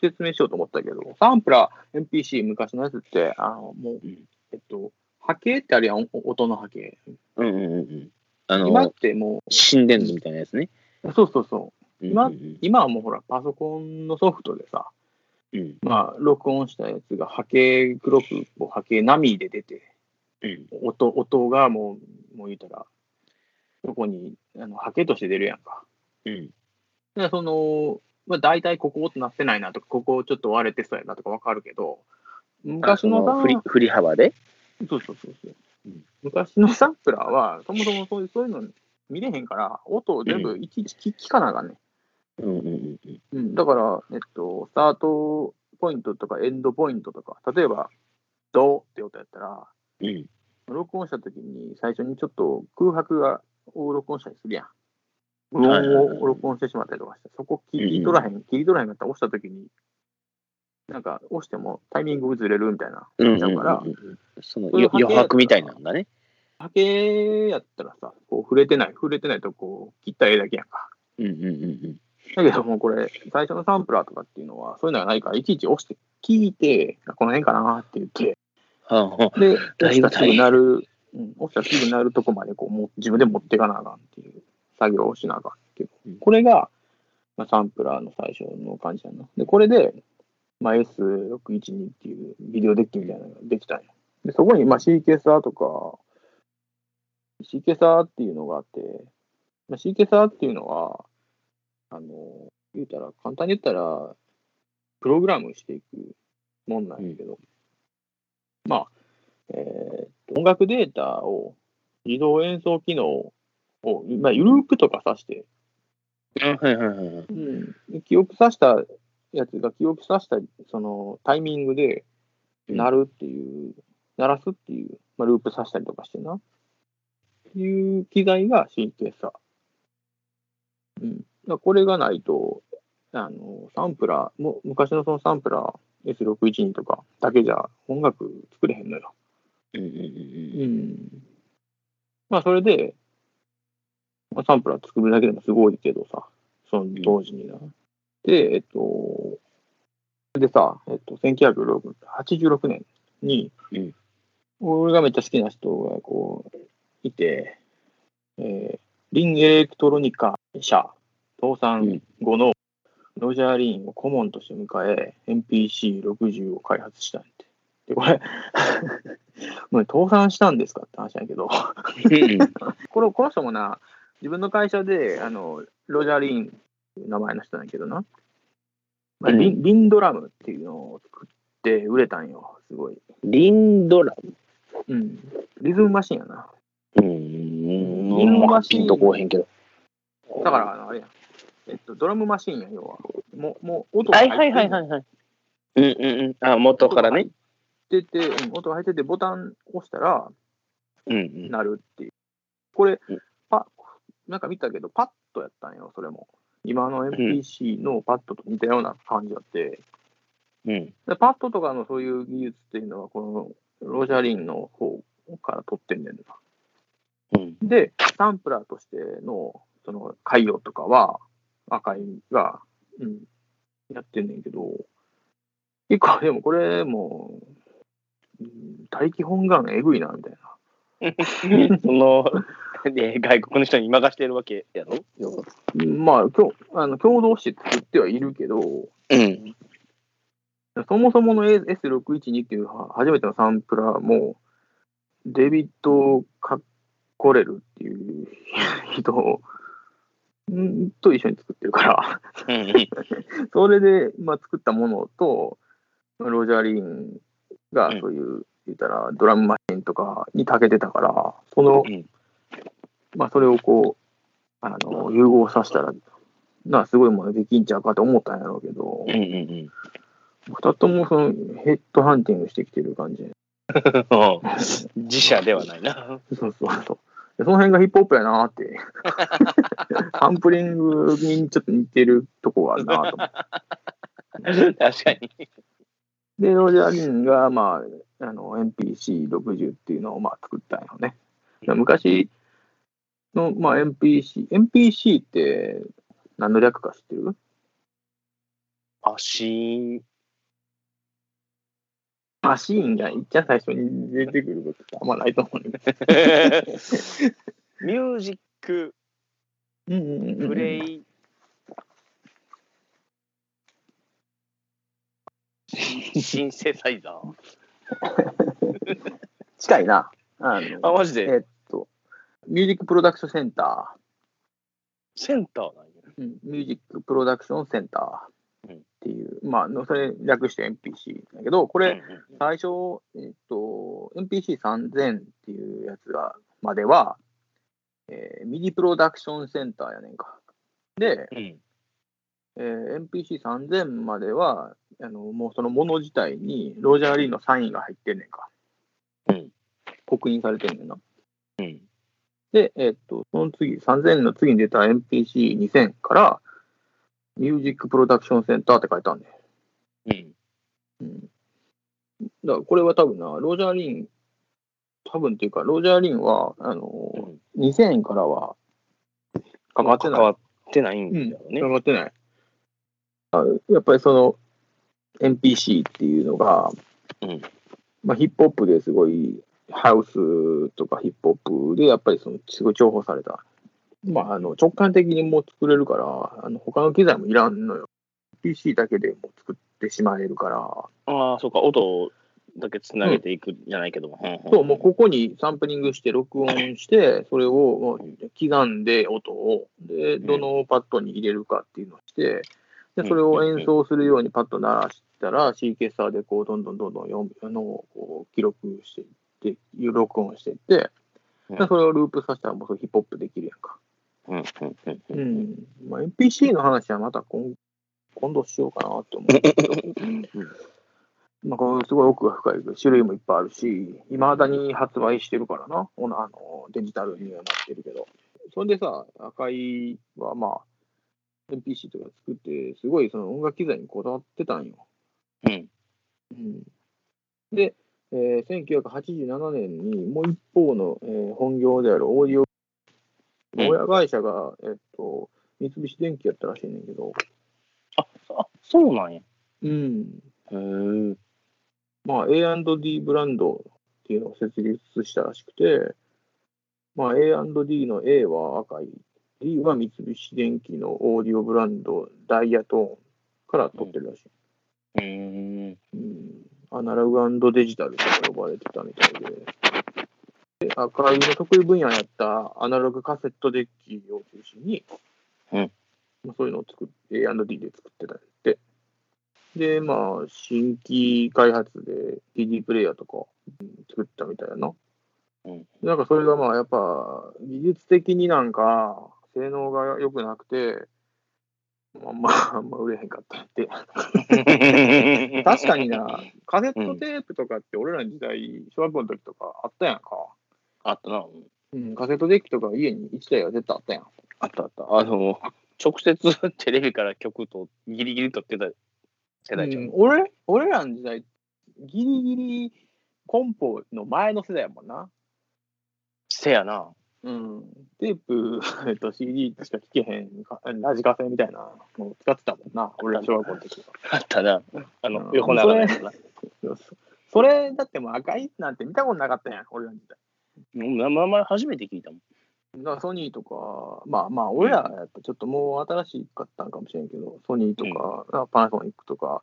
説明しようと思ったけどサンプラー MPC 昔のやつってあのもう、
うん
えっと波形ってあるやんお音の波形
うんうんうんうんあ
今っ
の
ても
心電図みたいなやつね
うそうそうそう今
うんうん
今はもうほらパソコンのソフトでさ
うん
まあ録音したやつが波形黒くこう波形波で出て
うん
音音がもうもう言うたらそこにあの波形として出るやんか
うん
でその、まあ、大体ここ音なってないなとか、ここちょっと割れてそうやなとかわかるけど、
あ
昔
そ
の
の
サン
振り振り幅で
そうそうそうそう、
うん
昔のサンプラーは、そもそもそういうそういうの見れへんから、音を全部いちいち聞聞かなあかんね、
うんうんうんうん
んうん。だから、えっと、スタートポイントとかエンドポイントとか、例えば、ドーって音やったら、
うん
録音した時に最初にちょっと空白がを録音したりするやん。無
はいはいはい
音を録音してしまったりとかして、そこ切り取らへん、切り取らへんかったら押した時に、なんか押してもタイミングずれるみたいな。
うんうん
だ
うん
から
うんその
そういう
よ
波形
余白みたいなんだね
波形やったらさ、こう触れてない、触れてないとこう切ったらええだけやんか。
うんうんうん
だけどもうこれ、最初のサンプラーとかっていうのは、そういうのがないから、いちいち押して聞いて、あこの辺かなって言って、
うんはあはあ
*laughs* で、
だ
押
い
し
ぶ
たすぐなる、うん、押したらすぐなるとこまでこうも自分で持っていかなあかんっていう作業をしなあかんっていう。
うん
これが、まあ、サンプラーの最初の感じやな。で、これで、まあ、S612 っていうビデオデッキみたいなのができたんや。で、そこに、まあ、シーケーサーとか、シーケーサーっていうのがあって、まあ、シーケーサーっていうのは、あの、言うたら、簡単に言ったら、プログラムしていくもんなんやけど、まあ、えーっと音楽データを自動演奏機能を、まあ、ループとかさして、
あ *laughs* はいはいはいはい
記憶さしたやつが記憶さしたそのタイミングで
うん
鳴るっていう、鳴らすっていう、まあ、ループさしたりとかしてな。っていう機材が神経差。うん。だからこれがないと、あのサンプラーも昔のそのサンプラー S612 とかだけじゃ音楽作れへんのよ。
うんうんうんうん
うんまあそれで、まあ、サンプラー作るだけでもすごいけどさ、その当時にな。で、えっと、それでさ、えっと、1986年に、
うん
俺がめっちゃ好きな人がこう、いて、えーリンエレクトロニカ社、倒産後のロジャー・リーンを顧問として迎え、NPC60 を開発したんやて。で、これ、もう倒産したんですかって話なんやけど、このこの人もな、自分の会社で、あのロジャー・リーンっていう名前の人なんやけどな、まあリン、リンドラムっていうのを作って売れたんよ、すごい。
リンドラ
うん。リズムマシンやな。
ム。うん。
リンドラム
ピンとこうへんけど。
だから、あのあれやん。えっと、ドラムマシンや、要は。もう、もう音が
は
入っ
い
て
はいはいはいはい。うんうんうん。あ、元からね。
てて、うん音が入ってて、ボタン押したら、
うんうん。
なるっていう。これ
うん、
パなんか見たけど、パッドやったんよ、それも。今の MPC のパッドと似たような感じだって、
うん。
でパッドとかのそういう技術っていうのは、このロジャリンの方から取ってんねんな。
うん。
で、サンプラーとしての、その、海洋とかは、赤いが、うん、やってんねんけど、結構、でもこれもう、うん大気本願えぐいな、みたいな。
その、 *laughs* ね、外国の人に任してるわけやろ
まあ、きょあの共同して作ってはいるけど、
うん。
そもそもの S612 っていうは初めてのサンプラーも、デビッド・カッコレルっていう人をんと一緒に作ってるから、 *laughs*
うん。
それで、まあ、作ったものと、ロジャー・リーンが
うん
そういう、言ったらドラムマシンとかに長けてたから、その、
うん
まあ、それをこう、あの融合させたら、なあすごいものできんちゃうかと思ったんやろうけど、
うんうん
二つともそのヘッドハンティングしてきてる感じ。
うん。自社ではないな。
そうそうそう。でその辺がヒップホップやなーって。サンプリングにちょっと似てるとこがあるなと思って。
確かに。
で、ロジャー・リンが、まあ、あの、NPC60 っていうのを、まあ、作ったんよね。で昔の、まあ、NPC。NPC って何の略か知ってる
パシーン。
マシーンがいっちゃん最初に出てくることってあんまないと思うね。
ミュージック、
うんうんうんうん
プレイ。シンセサイザー。
近いな。あの、
あ、マジで。
えっと、ミュージックプロダクションセンタ
センターなんや。
ー、うん、ミュージックプロダクションセンター
うん
っていう、まあの、それ略して NPC だけど、これ、最初、えっと、NPC3000 っていうやつがまでは、えーミディプロダクションセンターやねんか。で、
うんうん
えー NPC3000 まではあの、もうそのもの自体にロジャー・リーのサインが入ってんねんか。
うん
刻印されてんねんな。
うん。
で、えっと、その次、3000の次に出た NPC2000 から、ミュージックプロダクションセンターって書いてあるね。う
うん。
ん。だから、これは多分な、ロジャー・リン、多分っていうか、ロジャー・リンは、あの、2000からは、かかって
関
ない。
わってないん
うん、
だよね。
かかってない。あやっぱりその、NPC っていうのが、
うん
まあ、ヒップホップですごい、ハウスとかヒップホップで、やっぱりその、すごい重宝された。まあ、あの直感的にもう作れるから、あの他の機材もいらんのよ。PC だけでもう作ってしまえるから、
ああ、そうか、音だけつなげていくんじゃないけども。
そう、もうここにサンプリングして、録音して、それをもう刻んで、音を、で、
ん
どのパッドに入れるかっていうのをして、
う
で、
ん
それを演奏するようにパッド鳴らしたら、シーケンサーでこう、どんどんどんどん読むあのこう記録していって、録音していって、
うん
でそれをループさせたら、もうそれヒップホップできるやんか。
うんうんうんう
うんん。まあ、NPC の話はまた今今度しようかなって思うけど。まあ、このすごい奥が深いけど種類もいっぱいあるし、いまだに発売してるからな、このあのデジタルにはなってるけど。それでさ、赤いはまあ、 MPC とか作って、すごいその音楽機材にこだわってたんよ。
うん。
うん、で、えー1987年にもう一方の、えー本業であるオーディオ、
うん
親会社が、えっと、三菱電機やったらしいねんだけど、
あ、そうなんや。
うん、
へえ。
まあ、A&D ブランドっていうのを設立したらしくて、まあ、A&D の A は赤い、D は三菱電機のオーディオブランドダイヤトーンから取ってるらしい。
うーん。
うん、アナログデジタルとか呼ばれてたみたいで。で赤井の得意分野やったアナログカセットデッキを中心に、
うん
まあ、そういうのを作っ A&D で作ってたんで。で、まあ、新規開発で CD プレイヤーとかうん作ったみたいやな。
うん
なんかそれがまあ、やっぱ技術的になんか性能が良くなくて、まあまあ、あんま売れへんかったって。確かに *laughs* な。、カセットテープとかって俺らの時代、小学校の時とかあったやんか。
あったな。
うん、カセットデッキとか家に1台は絶対あったやん。
あったあった。あの、直接 *laughs* テレビから曲とギリギリ撮ってた世代じゃ
うん
ん。
俺俺らの時代、ギリギリコンポの前の世代やもんな。
せやな。
うん、テープ、 *laughs* えっと、CD しか聴けへんか、ラジカセみたいなのを使ってたもんな、俺ら小学校の時は。
あったな。あの、
うん
横長のやつな。
そうそうそれ、だってもう赤いなんて見たことなかったやん、俺らの時代。
うん名前初めて聞いたもん。
だからソニーとか、まあまあ、俺らやったらちょっともう新しかったんかもしれんけど、ソニーとか、パナソニックとか、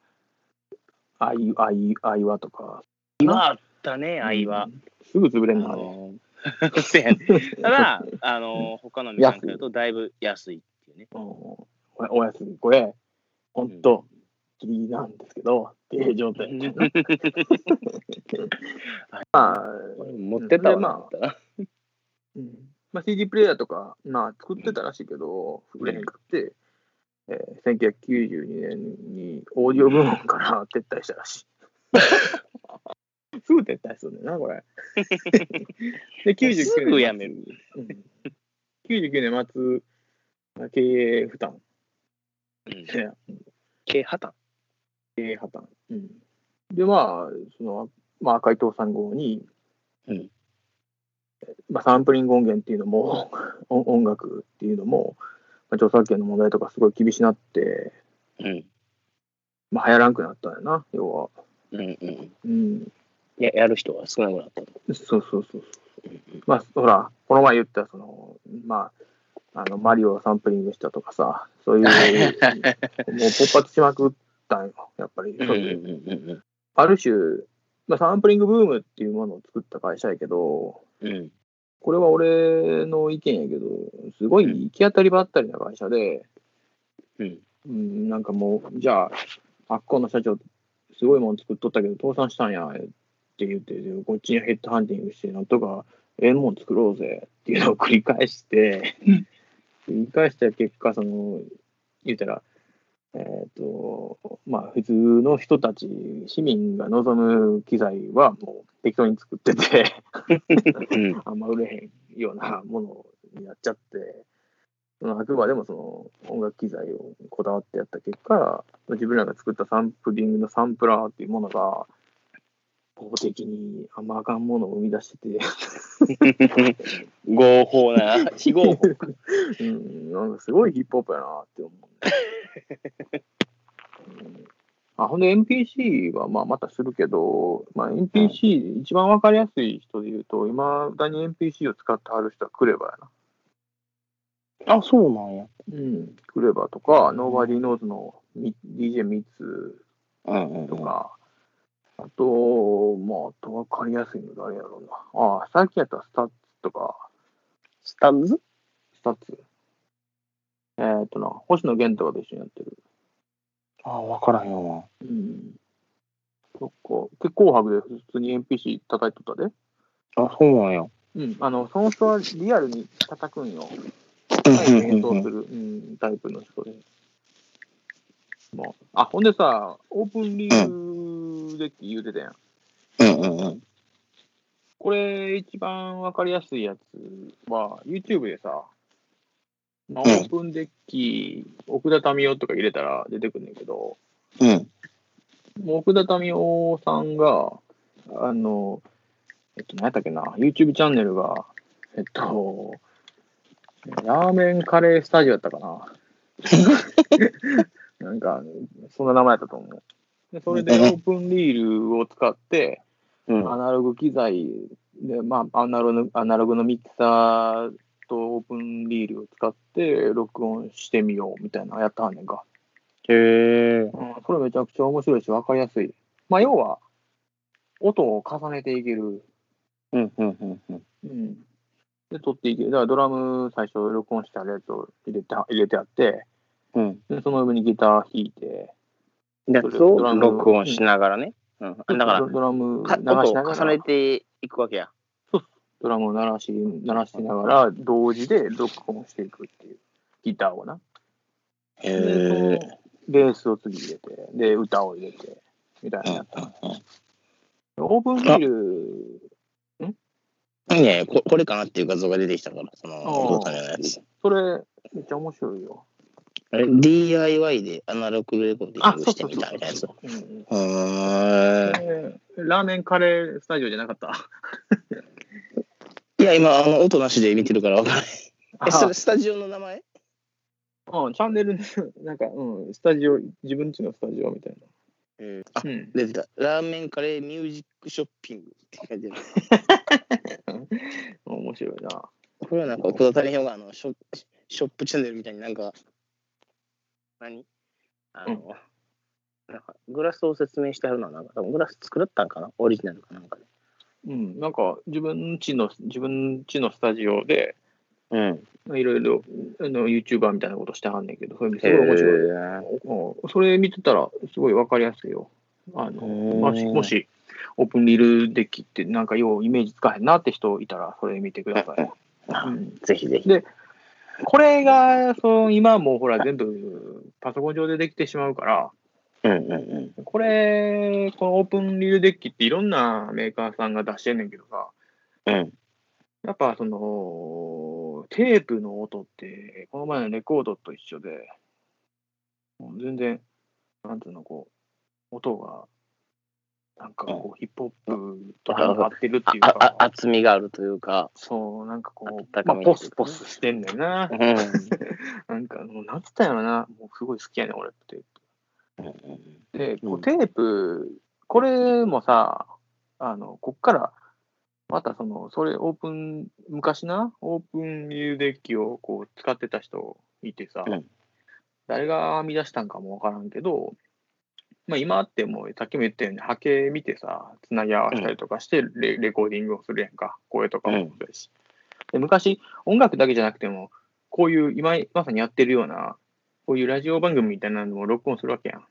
アイアイアイワとか、
まあ、あったね、愛は。
すぐ潰れ
あ
んのあれ。
の *laughs* せやねただ、あの、他の皆さんからとだいぶ安いっていうね。
うんおおやすみ、これ、ほんと、ギリギリなんですけど、っていう状態。まあ、
持ってたわ、
でま
あ、
うんまあ、CD プレイヤーとか、まあ、作ってたらしいけど、
ん
売れへんかって、えー1992年にオーディオ部門から撤退したらしい。すぐ撤退するんだよな、こ *laughs* れ。で、99年。
すぐやめる。
うん。99年末、まあ経営負担。
うん
いや
軽破綻。
経営破綻。うん。で、まあ、その、まあ、赤い倒産後に、
うん
まあ、サンプリング音源っていうのも、 *laughs* 音音楽っていうのも、まあ、著作権の問題とかすごい厳しなって、
うん。
まあ、流行らんくなったんやな、要は。
うんうん。
うん。
ややる人は少なくなった。
そうそうそうそう。まあ、ほら、この前言った、その、まあ、あの、マリオをサンプリングしたとかさ、そう *laughs* いう、もう勃発しまくったんよ、やっぱり。そういう
うん
ある種、まあ、サンプリングブームっていうものを作った会社やけど、
うんうん。
これは俺の意見やけど、すごい行き当たりばったりな会社で、
うん。
うん、なんかもう、じゃあ、あっこの社長、すごいもん作っとったけど、倒産したんや、って言って、でこっちにヘッドハンティングして、なんとか、ええもん作ろうぜ、っていうのを繰り返して、繰り返した結果、その、言うたら、えっ、と、まあ、普通の人たち、市民が望む機材は、もう、適当に作ってて、
うん
あんま売れへんようなものになっちゃって、そのあくまでもその音楽機材をこだわってやった結果、自分らが作ったサンプリングのサンプラーっていうものが、法的にあんまあかんものを生み出して *laughs*
合法 *laughs* な、非合法。
て、うん、なんかすごいヒップホップやなって思う、うんあほんで NPC はまあまたするけど、まあ、NPC 一番わかりやすい人で言うと、いまだに NPC を使ってはる人はクレバやな。
あ、そうなんや。
うん、クレバとか、ノーバディーノーズのみ DJ ミッツ
うんうん
とか、あと、まあ、あと分かりやすいの誰やろうな。ああ、最近やったらスタッツとか、
スタンズ
スタッツ。えーっ、とな、星野源とかと一緒にやってる。
あ、わからへんわ。
うん。そっか。で、紅白で普通に NPC 叩いとったで。
あ、そうなんや。
うん。あの、その人はリアルに叩くんよ。演奏する、うん、タイプの人で。まあ、あ、ほんでさ、オープンリーグでって言うてたやん。
うんうんうん。
これ、一番わかりやすいやつは、YouTube でさ、まあ、オ
うん
ープンデッキ、奥田民生とか入れたら出てくるんだけど、
うん。
もう奥田民生さんが、あの、えっと、何やったっけな、YouTube チャンネルが、えっと、ラーメンカレースタジオやったか
*laughs*
な。なんか、そんな名前だったと思う。でそれでオープンリールを使って、
うん。
アナログ機材で、まあ、アナログアナログのミキサーとオープンリールを使って録音してみようみたいなのやったはんねんか。
へえ。
うん、それめちゃくちゃ面白いし分かりやすい。まあ、要は、音を重ねていける。
うんうんうんうん。
うん。で、撮っていける。だからドラム最初録音したやつを入れて入れてあって、
うん。
でその上にギター弾いて、
やつを録音しながらね。うん。だか
ドドラム
ら、か
流しなが
音を
ら
重ねていくわけや。
ドラムを鳴らし、鳴らしながら、同時で録音していくっていう、ギターをな。
へ
でそのベースを次入れて、で、歌を入れて、みたいなのやった。オープンフィール、
いやいやこ、これかなっていう画像が出てきたから、その、お父さんのやつ。
それ、めっちゃ面白いよ。
あれ DIY でアナログレコーディ
あ、
ング
そう
して
そう
み
そう
たみたいなやつ。
そう。うんうん
うーん
えーラーメンカレースタジオじゃなかった。
いや、今、あの、音なしで見てるから分からない。え、それ
あ
スタジオの名前
うん、チャンネルね、 *laughs* なんか、うん、スタジオ、自分ちのスタジオみたい
うん。あ、
な。うん。
出てた。ラーメンカレーミュージックショッピングって書いてある。
面白いな。
これはなんか、奥田谷表が、あの、ショショップチャンネルみたいになんか、何あの、なんか、グラスを説明してはるのは、なんか、多分グラス作ったんかなオリジナルかなんかで。
うん、なんか、自分ちの、自分ちのスタジオで、
うん。
いろいろあの YouTuber みたいなことしてはんねんけど、それす
へ
ごい面白い。
ー
うんそれ見てたら、すごいわかりやすいよ。あの
へー
もし、もし、オープンリールデッキって、なんかようイメージつかへんなって人いたら、それ見てくださ
*laughs*
い。うん
ぜひぜひ。
これが、その今もうほら、全部パソコン上でできてしまうから、
うんうんうん。
これ、このオープンリールデッキっていろんなメーカーさんが出してんねんけどさ、
うん
やっぱその、テープの音って、この前のレコードと一緒で、もう全然、なんていうの、こう、音が、なんかこう、ヒップホップとかに合ってるっていう
ああ
か、
厚みがあるというか。
そう、なんかこ
温
う、
か
ま
み
あ、
が
ポスポスしてんねんな
う。ん。
なんか、もうなんつったんやろな。もうすごい好きやねん、俺って。で、こ
うん
うテープ、これもさ、あの、こっから、またその、それ、オープン、昔な、オープンユーデッキをこう使ってた人いてさ、
うん
誰が編み出したんかもわからんけど、まあ今あってもう、さっきも言ったように波形見てさ、つなぎ合わせたりとかしてレ、レコーディングをするやんか、声とかもそうだし。で昔、音楽だけじゃなくても、こういう、今まさにやってるような、こういうラジオ番組みたいなのも録音するわけやん。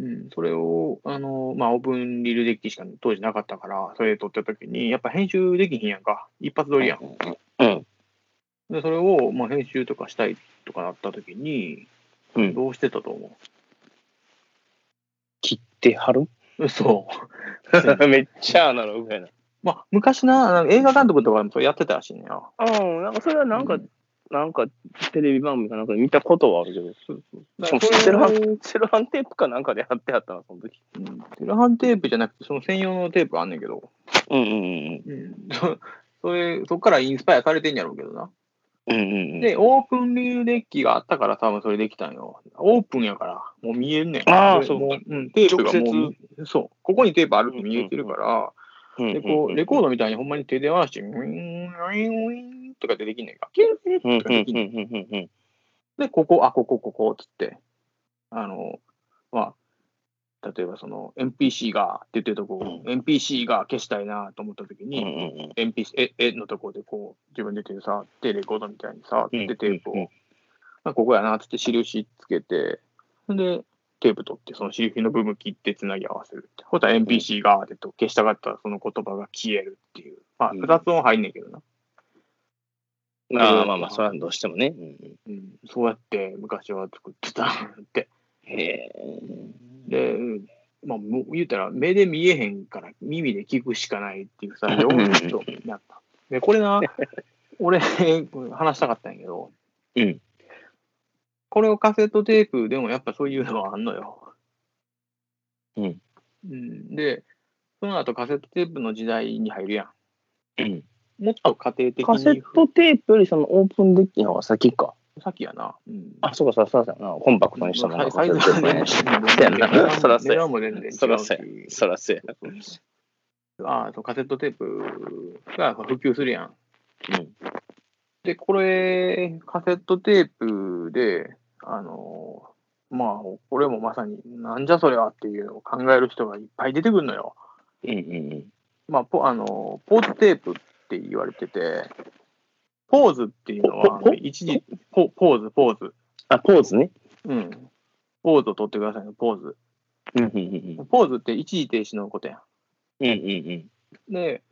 うん、それを、あの、まあ、オープンリールデッキしか当時なかったから、それ撮った時に、やっぱ編集できひんやんか。一発撮りやん。
うん。
で、それを、まあ、編集とかしたいとかなった時に、
うん
どうしてたと思
切ってはる
うそう。
*laughs* めっちゃアナログやな。
まあ、昔な、なんか映画監督とかでもそれやってたらしいねんよ。
うん。なんかそれはなんか、なんかテレビ番組かなんかで見たことはあるけど。
だか
そう
らそ
セ
れ
ロハ
を
ン、セロハンテープかなんかで貼ってはったな、その時。
うんセロハンテープじゃなくて、その専用のテープあんねんけど、
うんうん
うん、それ、そっからインスパイアされてんやろうけどな。
うん。うんうんうん。
で、オープンリールデッキがあったから多分それできたんよ。オープンやから、もう見えんねん。
あー
で
そう
もう、うん、テープがもう
直
見、そう、ここにテープあるって見えてるから、
うんうんう
で、
ん、
こう、レコードみたいにほんまに手で回して、ウィーン、ウィーン、ウィーンとかってできんねんか。キュー
うんうん
とか
う
で
ん
きんねん。
うんうん
で、ここ、あ、ここ、ここ、つって、あの、まあ、例えばその NPC がって言ってるとこ、NPC が消したいなと思った時
うん
に、
うん。
NPC、え、えのとこでこう、自分で手でさ、で、レコードみたいにさ、
うん
で、テープを、
うん
まあ、ここやなっつって印つけて、で、テープ取って、その印の部分切ってつなぎ合わせるって。ほたら NPC が、でと消したかったらその言葉が消えるっていう。まあ、
うん
雑音入んねんけどな。
ああ、まあまあ、それはどうしてもね。うんうん
うん、そうやって昔は作ってたって。
へえ。
で、まあ、もう言うたら、目で見えへ
*laughs*
んから耳で聞くしかないっていう作業をずっとやった。で、これな、俺、これ話したかったんやけど、
うん。
これをカセットテープでもやっぱそういうのはあんのよ。
うん。
うん、で、その後カセットテープの時代に入るや
うん
ん。もっと家庭的に。
カセットテープよりそのオープンデッキの方が先か。
先やな。うん、
あ、そうか、そうだそうだそうだな。コンパクトにしたの
サ
が
イ
カ
サ
セ
イ
ットテ
ズ
ー
が
プ
ね
やね。そうやんな。 *laughs* そらそう
値
や。
段も全然違うし
そらそうや。そらそうや。
あそうカセットテープが普及するやん。
うん
で、これ、カセットテープで、あの、まあ、これもまさに、なんじゃそりゃっていうのを考える人がいっぱい出てくるのよ。
うんうんうん。
まあ、ポあのポーズテープって言われてて、ポーズっていうのは、あ
ポ
の一時ポ、ポーズ、ポーズ。
あ、ポーズね。
うん。ポーズを取ってくださいの、ポーズ。
うんうんうん
ポーズって一時停止のことやん。
うん。うんうん
で、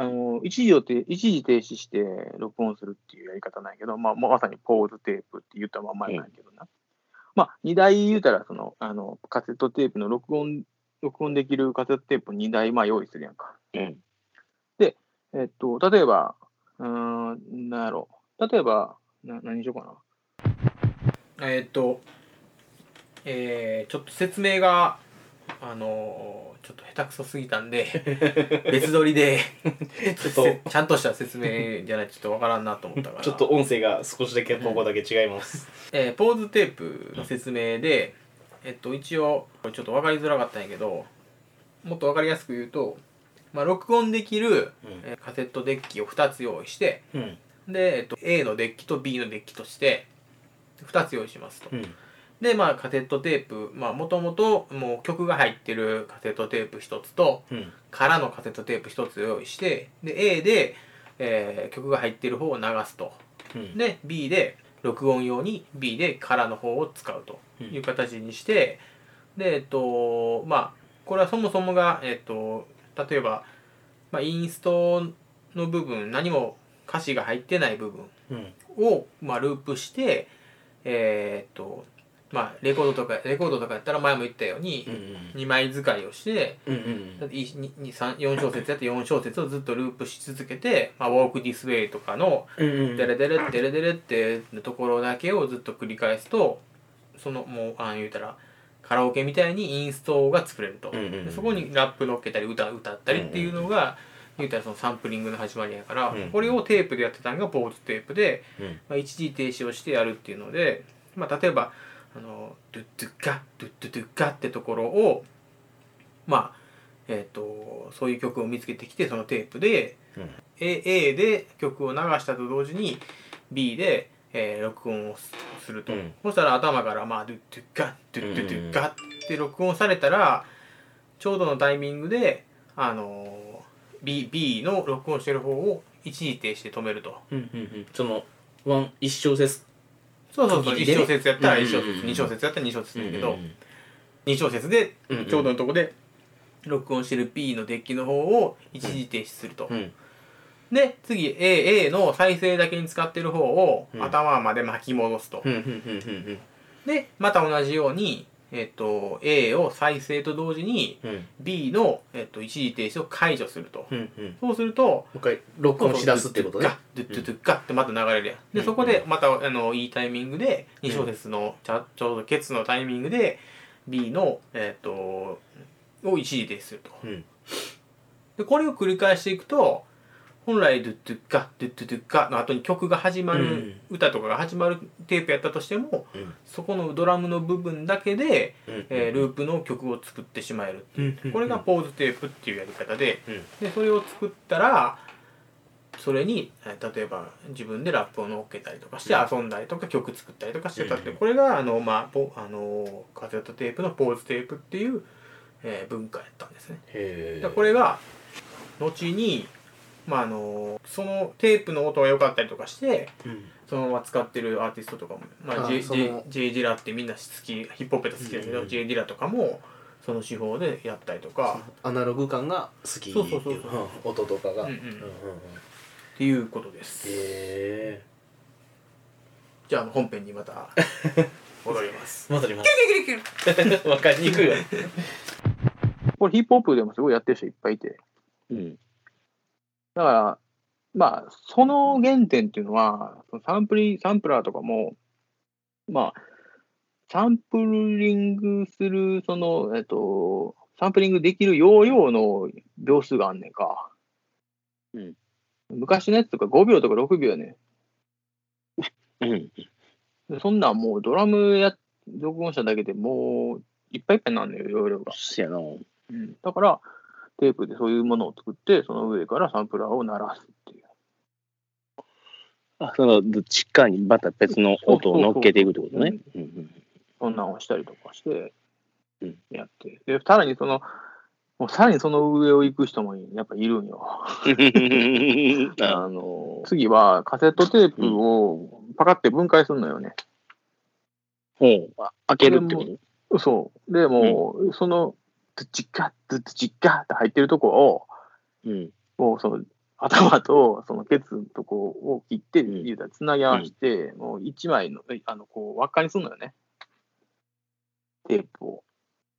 あの一時をて一時停止して録音するっていうやり方なんやけど、まあ、まあまさにポーズテープって言ったまんまやなんやけどな。まあ、2台言うたらそのあの、カセットテープの録音、録音できるカセットテープ2台まあ用意するやんか。
うん
で、えっと、例えば、うーん、なんやろ。例えば、な何にしようかな。
えーっと、えー、ちょっと説明が、あのーちょっと下手くそすぎたんで、
*laughs*
別撮りで、
ちょっ
せ
と
*laughs* ちゃんとした説明じゃないとちょっとわからんなと思ったから。
ちょっと音声が少しだけここだけ違います
えーポーズテープの説明で、えっと、一応これちょっと分かりづらかったんやけどもっと分かりやすく言うと、まあ、録音できる、
うん
えーカセットデッキを2つ用意して
うん
で、えっと、A のデッキと B のデッキとして2つ用意しますと。
うん
で、まあ、カセットテープもともともう曲が入ってるカセットテープ1つと
うん
空のカセットテープ1つ用意してで A で、えー曲が入ってる方を流すと。
うん
で B で録音用に B で空の方を使うという形にして、でえっとまあこれはそもそもが、えっと、例えば、まあ、インストの部分何も歌詞が入ってない部分
うん
を、まあ、ループしてえーっとまあレコードとかレコードとかやったら前も言ったように、2枚使いをして
うんうん
だって一二二三4小節やって4小節をずっとループし続けて「まあ、ウォーク・ディス・ウェイ」とかの
うん
デレデレデレデレってところだけをずっと繰り返すとそのもうあん言うたらカラオケみたいにインストが作れると、
うんうんうん
でそこにラップ乗っけたり歌歌ったりっていうのが、言うたらそのサンプリングの始まりやから、
うん
これをテープでやってたのがポーズテープで、
うん
まあ、一時停止をしてやるっていうので、まあ、例えばあのドゥッドゥッガッドゥッドゥッドゥッガッってところをまあえっ、とそういう曲を見つけてきてそのテープで A, A で曲を流したと同時に B で、えー録音をすすると、
うん
そしたら頭から、まあ、ドゥッドゥッガッドゥッドゥッドゥッガッって録音されたらちょうどのタイミングで、あのー B, B の録音してる方を一時停止で止めると
うんうんうんそのワン一小節
そうそうそう
区切りで
1
ね
小節やったら1小
うんうんうんう
節
ん
2小節やったら2小節だけ
け
ど、
ど
2小節で
うんうん
ちょうどのとこで録音してる B のデッキの方を一時停止すると。
うん
で次 A, A の再生だけに使ってる方を
うん
頭まで巻き戻すと、
うんうんうんうん
でまた同じように、えっと A を再生と同時に
うん
B の、えっと一時停止を解除すると、
うんうん
そうすると
もう一回録音しだすってことね
ドゥッドゥッドゥッガッてまた流れるやん
う
で
ん
そこでまたあのいいタイミングで
ん
2小節のちゃちょうどケツのタイミングで B のえっとを一時停止すると
うん
でこれを繰り返していくと本来ドゥッドゥッガドゥッドゥッドゥッガの後に曲が始ま
う
る
ん、
歌とかが始まるテープやったとしても、
うん
そこのドラムの部分だけで、
うん
えーループの曲を作ってしまえるっていう、
うん
これがポーズテープっていうやり方で
うん
でそれを作ったらそれにえー例えば自分でラップを乗っけたりとかして遊んだりとか曲作ったりとかしてたって
うん
これがあの、まあポあのーカセットテープのポーズテープっていう、えー文化やったんですね。
へ
でこれが後に、まあ、あのそのテープの音が良かったりとかして
うん
そのまま使ってるアーティストとかも、まあ、
あ
J,
その
J, J ディラってみんな好きヒップホップやったら好きだけど、
うんうん
J ディラとかもその手法でやったりとか
アナログ感が好きってい
そうそうそう
うん音とかが
うんう
うん
ん
うんうん
っていうことです、
へえ
じゃああの本編にまた戻り
*laughs*
ます
戻りますわかりにくいわ
これヒップホップでもすごいやってる人いっぱいいて。
うん。
だから、まあ、その原点っていうのは、そのサンプリ、サンプラーとかも、まあ、サンプリングする、その、えっと、サンプリングできる容量の秒数があんねんか。
うん
昔のやつとか5秒とか6秒やね
うん。
ん。でそんなんもうドラムや、録音しただけでもういっぱいいっぱいになるのよ、容量が。
そやな。う
うん、だから、テープでそういうものを作って、その上からサンプラーを鳴らすっていう。
あ、その、どっちかにまた別の音を乗っけていくってことね。うんうん
そんなんをしたりとかして
うん、
やって。で、さらにその、もうさらにその上を行く人もやっぱいるんよ。
あ
あの、次はカセットテープをパカって分解するのよね。
ほう、あ開けるってこと
そう。で、もう、その、ドゥチッガドゥチッガって入ってるとこを、
うん。
もうその頭とそのケツのとこを切って、
ん
言うたらつなぎ合わせて、もう一枚の、えあの、こう、輪っかにするのよね。テープを。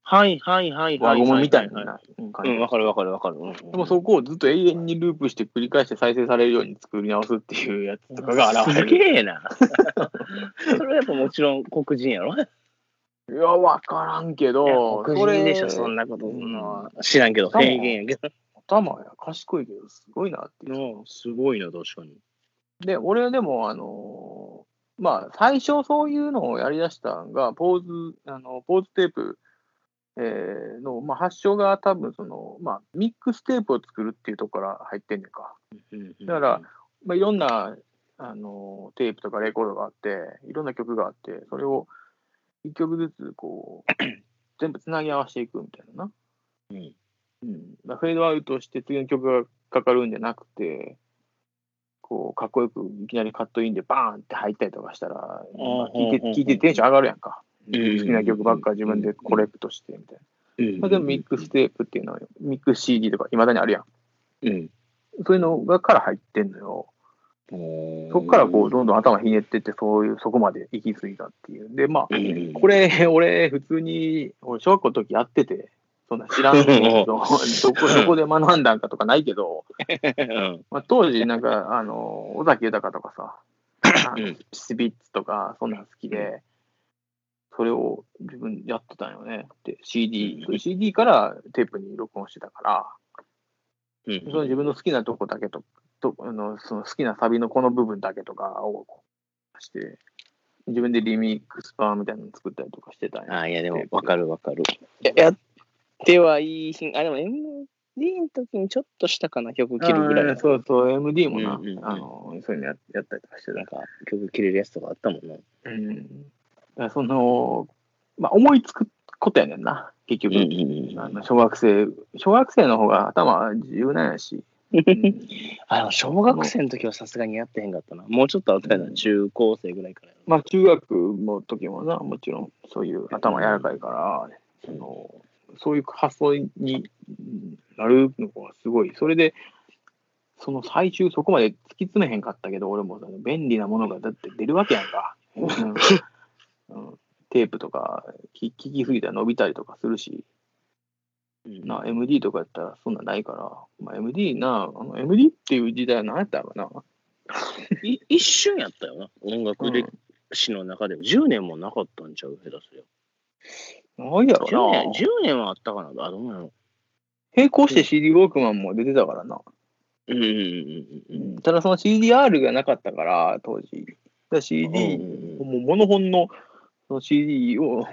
はいはいはいは
輪
い。
ゴムみたい
はは
なうん感
う
じ。
ん、わかるわかるわかる。
でもそこをずっと永遠にループして繰り返して再生されるように作り直すっていうやつとかが現れ
す
る。
げえ *laughs* な。それはやっぱもちろん黒人やろ。
いや、わからんけど、
黒人でしょ、そんなこと。
うん
知らんけど、
多分
平言やけど。
頭や賢いけど、すごいなっていう。
すごいな、確かに。
で、俺でも、あのーまあ、最初そういうのをやりだしたんが、ポーズ、あのポーズテープ、えーの、まあ、発祥が多分、その、まあ、ミックステープを作るっていうとこから入ってんねんか。だから、まあ、いろんな、あのーテープとかレコードがあって、いろんな曲があって、それを一曲ずつ、こ
*clears throat*
う、全部つなぎ合わせていくみたいなな。
うん
うん、だからフェードアウトして次の曲がかかるんじゃなくて、こう、かっこよくいきなりカットインでバーンって入ったりとかしたら、まあ聞いて
うん
聞いてテンション上がるやんか。
う
好
ん
きな曲ばっか自分でコレクトしてみたいな。
うん
まあ、でもミックステープっていうのは、ミックス CD とかいまだにあるやん。
うん。
そういうのがから入ってんのよ。そ
そ
こからこう、どんどん頭ひねってって、そういう、そこまで行き過ぎたっていう。で、まあ、
うん
これ、俺、普通に、俺、小学校の時やってて、そんな知らんけど、
*laughs*
どこ、どこで学んだんかとかないけど、
*laughs* うん。
まあ、当時、なんか、あの、尾崎豊とか *coughs* さ、あ
う
の
ん
スピッツとか、そんなん好きで、それを自分やってたんよね。で、CD、
うん
CD からテープに録音してたから、
うん
その自分の好きなとこだけと、とあのその好きなサビのこの部分だけとかをこうして、自分でリミックスパーみたいなの作ったりとかしてたんや。
あいやでもわかるわかる。ややってはいいし、あ、でも MD の時にちょっとしたかな、曲切るぐらい
あ
の
ー。そうそう、MD もな、
うんうんうん
あのそういうのややったりとかして
なん
た。
か曲切れるやつとかあったもんな。
うん、だからその、まあ、思いつくことやねんな、結局。
うん
あの小学生、小学生の方が頭柔軟や
*laughs*
し。うん
あの小学生の時はさすがにやってへんかったな。もうちょっとあったよ
う
な、
ん
中高生ぐらいからやな。
まあ中学の時もな、もちろんそういう頭柔らかいから、そのそういう発想にうんなるのがすごい。それで、その最終そこまで突き詰めへんかったけど、俺もその便利なものがだって出るわけやんか。うんうんテープとか聞聞きすぎたら伸びたりとかするし、な MD とかやったらそんなんないから、まあ、MD な、あの MD っていう時代は何やったろうな。
い *laughs* 一瞬やったよな、音楽
うん
歴史の中でも。10年もなかったんちゃう、下手すり
何や
ゃ。10
ろ
年
な。
10年はあったかな、あ、どうなの
並行して CD ウォークマンも出てたからな。
うんうんうんうん
ただその CDR がなかったから、当時。だから CD、
うん
もうモノホンのその CD を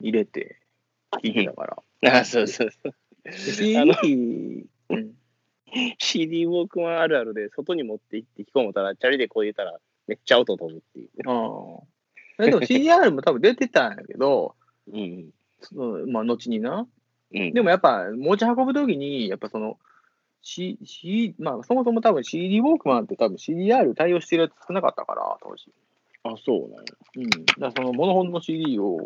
入れて聴いてたから。
うん。あ、そうそうそう。
で CD、
あの
うん、
CD ウォークマンあるあるで、外に持って行って聞こう思ったら、チャリでこう言ったら、めっちゃ音飛ぶっていう。
ああでも CDR も多分出てたんやけど、
うん
そのまあ、後にな。
うん。
でもやっぱ持ち運ぶときに、やっぱその、C C まあ、そもそも多分 CD ウォークマンって多分 CDR 対応してるやつ少なかったから、当時。
あ、そうなんや。
うん、だからそのモノホンの CD を
うんう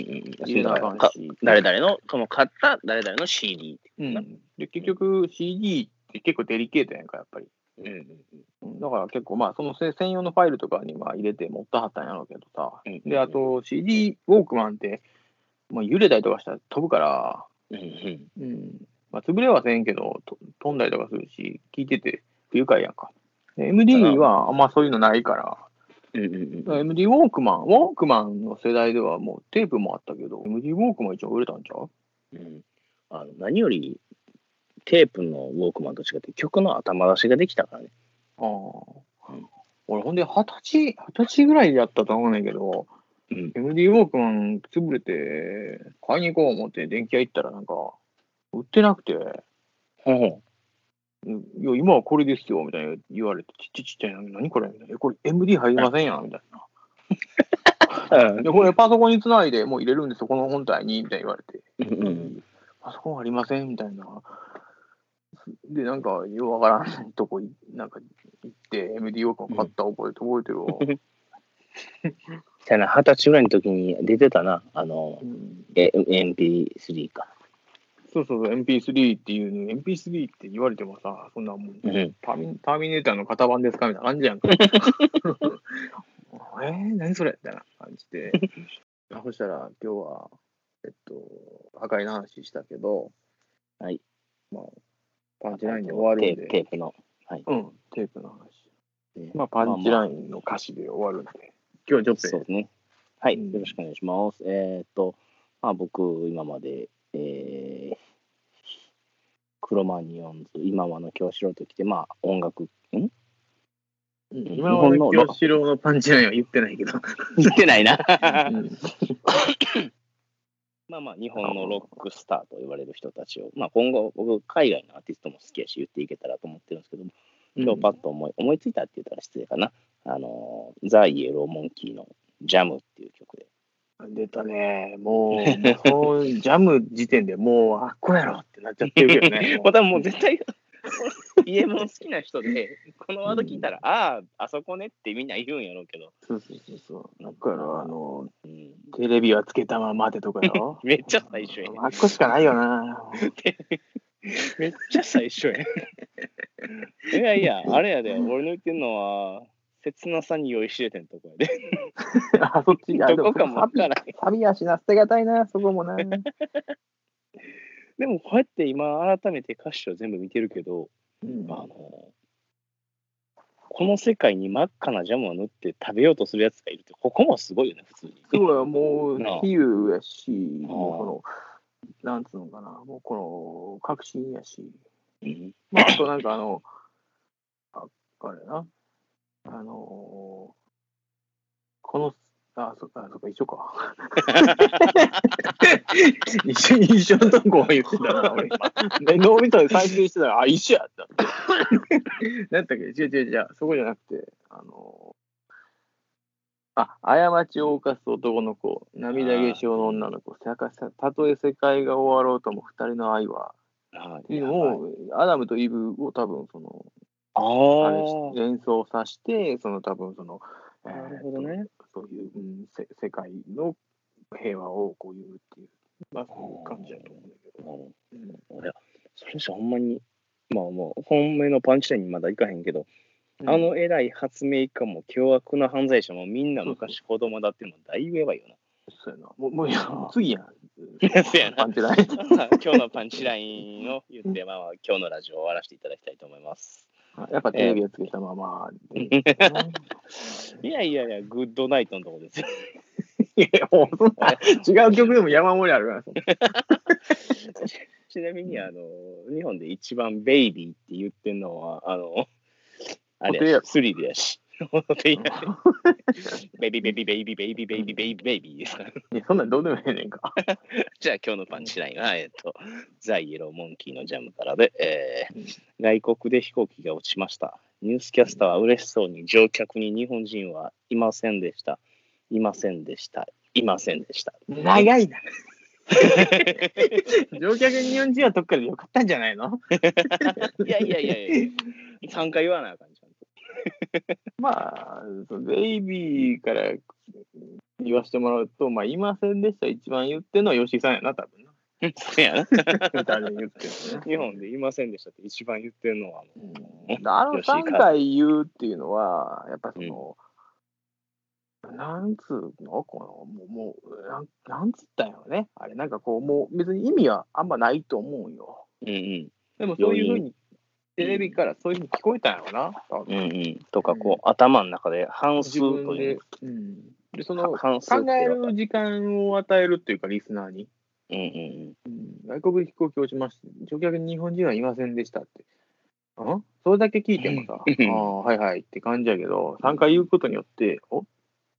ん
入れなあかん
か
し。
誰々の、その買った誰々の CD って
う
な。
ん、で結局 CD って結構デリケートやんかやっぱり、
うんうん
うん、だから結構まあそのせ専用のファイルとかにまあ入れて持ったはったんやろうけどさ
うん
であと CD ウォークマンって、まあ、揺れたりとかしたら飛ぶから、
うんうん。
うんまあ、潰れはせんけどと飛んだりとかするし聞いててっていうかやんか。で MD はあんまそういうのないから、
うんうんうん。
MD ウォークマン、ウォークマンの世代ではもうテープもあったけど、MD ウォークマン一応売れたんちゃう
うんあの何よりテープのウォークマンと違って曲の頭出しができたからね。
ああ、俺ほんで二十歳、二十歳ぐらいやったと思うねんけど、
うん
MD ウォークマン潰れて、買いに行こう思って電気屋行ったらなんか、売ってなくて、
ほうほ
うんいや、今はこれですよ、みたいな言われて、ちっちゃいちっちゃいのに、何これみたいな。えこれ MD 入りませんやん、みたいな。
う
で、これパソコンにつないでもう入れるんですよ、この本体に、みたいな言われて。
うんうん
パソコンありませんみたいな。で、なんか、ようわからないとこい、なんか行って、MD を買った覚えて、覚えてるわ。 *laughs*
せやな、二十歳ぐらいの時に出てたな、あの
う、ん
え MP3 か。
そうそうそう、MP3 っていうのに、MP3 って言われてもさ、そんなもん、
うん
ターミターミネーターの型番ですかみたいな感じやん *laughs* か。えー、何それみたいな感じ *laughs* で。そしたら、今日は、えっと、破壊の話したけど、
はい。
まあ、パンチラインで終わるんで。
テープテープの。
うん、テープの話。
ね
まあ、パンチラインの歌詞で終わるんで。今日はち
そ
ょ
う
っ
ですね。はい、
うん
よろしくお願いします。えーっと、まあ、僕、今まで、えー、クロマニオンズ、今はの京志郎ときて、まあ、音楽、ん言
と、うんん、今まで
日本の *laughs*
清志郎のパンチラインは言ってないけど。
ってないな。
うん
まあまあ、日本のロックスターと言われる人たちを、まあ、今後、僕、海外のアーティストも好きやし、言っていけたらと思ってるんですけども、今日パッと思い,、思いついたって言ったら失礼かな。あのー、ザ・イエロー・モンキーのジャムっていう曲で。。
出たね。もう、もうそのジャム時点でもう、あっこやろってなっちゃってるけどね
*laughs* これ多分もう絶対、イエモン好きな人で、このワード聞いたら、ああ、あそこねってみんな言うんやろうけど、
そうそうそうそう。あっこやろ、あの、
うん、。
テレビはつけたままでとかやろ
*laughs* めっちゃ最初やね
あっこしかないよ
*laughs*
な。
めっちゃ最初やねいやいや、あれやで、俺の言ってんのは、切なさに酔いしれてんとこやで。
*laughs* あ、そっちが。
どこかもわからん。
サビやしな、捨てがたいな、そこも
*laughs*
な。う
でもこうやって今改めて歌詞を全部見てるけど、
ん
あのこの世界に真っ赤なジャムを塗って食べようとするやつがいるってここもすごいよね普通に。
すごい、もう
なあ、
比喩やし、
あ
もうこの、なんつうのかな、もうこの、革新やし、
うん
まあ、あとなんかあの、ああれな、あのーこの、あ、そっか、そっか、一緒 *laughs* か。一緒、一緒のとこ言ってたな、俺今。で脳みそで再生してたら、あ、一緒やった。なんだっけ、違う違う違う、そこじゃなくて、あのーあ、過ちを犯す男の子、涙化粧の女の子、さかさたとえ世界が終わろうとも二人の愛は、
あ
っていうのを、アダムとイブを多分その、
あ
あれし
ー
連想させて、その多分その、えー
なるほどね。
そういう、うん、せ世界の平和をこう言うっていう、まあ、そういう感じだと思うんだけど。
うん
うん
いやそれじゃほんまにまあもう本命のパンチラインにまだいかへんけど、あ、の偉い発明家も凶悪な犯罪者もみんな昔子供だっていうのだいぶやばい *laughs* よな。
そうやな。もう、もういや、もう次や *laughs* ん。
そうやな
パンチライン。
まあ今日のパンチラインを言って、まあまあ、今日のラジオを終わらせていただきたいと思います。
*laughs* やっぱテレビをつけたまま。
いやいやいや、グッドナイトのとこですよ。
いや、もうそんな違う曲でも山盛りあるから、そんな
*laughs* ちなみに、あの、日本で一番ベイビーって言ってるのは、あ *laughs* の、あ
ホテル
れや
や、
スリルや *laughs* し。ベイビーベイビーベイビーベイビーベイビーベイビーベイビーです *laughs* から。
いや、そんなんどうでもええねんか。
じゃあ今日のパンチラインは、えっと、ザ・イエロー・モンキーのジャムからで、えー外国で飛行機が落ちました。ニュースキャスターは嬉しそうに乗客に日本人はいませんでした。いませんでした。いませんでした。
長 *laughs* いな。乗客に日本人はどっかでよかったんじゃないの
いやいやいやい *laughs* や、3回言わなあかんじゃん。
まあ、そうベイビーから言わせてもらうと、まあ、いませんでした、一番言ってるのは吉井さんやな、多分な。
そうやな。
誰に言ってるのね
日本でいませんでしたって一番言ってるのは、あの
うんあの
吉井か
3回言うっていうのは、やっぱその、なんつうのこの、もう、もうなんなんつったんやろね。あれ、なんかこう、もう別に意味はあんまないと思うよ。
うんうん。
でもそういうふうにテレビからそういうふうに聞こえたんやろな。多分
うんうん。とか、こう、頭の中で半数
自
と
分
い
で
う。。
うん、で、その、考
半数って
え
いうのが
る時間を与えるっていうか、リスナーに。
うんうん
うん外国飛行機落ちました。乗客に日本人はいませんでしたって。あそれだけ聞いてもさ、
うん
ああ、はいはいって感じやけど、3回言うことによって、おん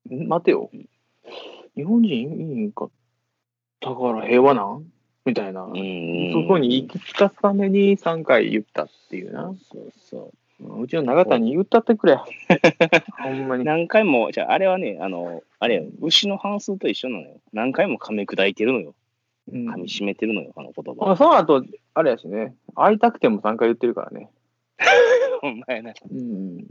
待てよ。日本人いいんか。だから平和なんみたいな。
うん。うんうん。
そこに行き着かすために3回言ったっていうな。
そうそう
うんうちの永谷言ったってく
*laughs*
れ。ほんまに。
何回も、じゃあ、あれはね、あの、あれよ牛の半数と一緒なのよ。何回も噛み砕いてるのよ。
うん
噛み締めてるのよ、あの言
まあ
葉。
その後、あれやしね、会いたくても3回言ってるからね。
お前な。
うん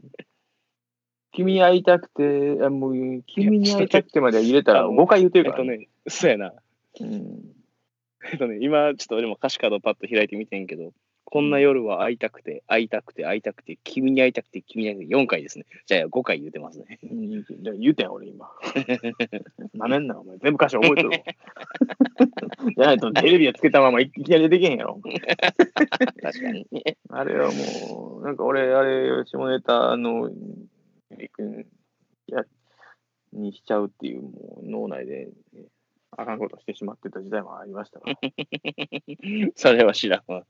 君に会いたくて、あもう君に会いたくてまで入れたら
いや
5回言って
え
る
っ
か
と
らね。
ね、そうやな。えっとね、今、ちょっと俺も歌詞カードパッと開いてみてんけど、こんな夜は会いたくて、会いたくて、会いたくて、君に会いたくて、君に会いたくて、4回ですね。じゃあ5回言うてますね。
うんうん言うてん俺今。 *laughs* なめんなお前。全部歌詞覚えてるわ。 *laughs* じゃないとテレビをつけたままいきなりできへんやろ。
確かに。
あれはもう、なんか俺、あれ、下ネタの、うんや、にしちゃうっていう、もう脳内で、あかんことしてしまってた時代もありましたから。
それは知らんわ。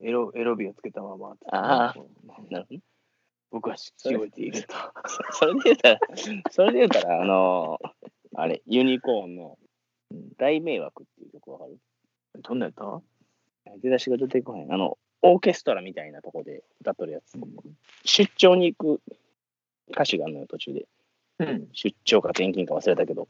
エロ、エロビをつけたまま。
ああなるほど。
僕はし聞こえていると。
そそれで言う
*laughs*
たら、それで言うたら、あのーあれ、ユニコーンの大迷惑っていう曲わかる
どんなやった
出だしが出てこへん。あの、オーケストラみたいなとこで歌っとるやつ。出張に行く歌詞があるのよ、途中で。
うん。
出張か転勤か忘れたけど、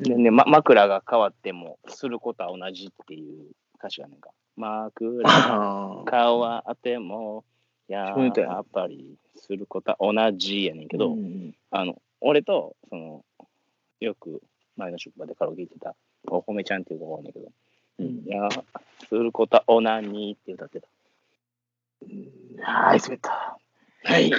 でねま、枕が変わってもすることは同じっていう歌詞がなんか枕が
ああ。
変わってもや
そうみたい
やっぱりすることは同じやねんけど、
うん
あの俺とそのよく前の職場でカラオケ行ってたお米ちゃんっていう子がおんねんけど、
うん
いやすることは同じって歌ってた。
はい、滑った。
はい。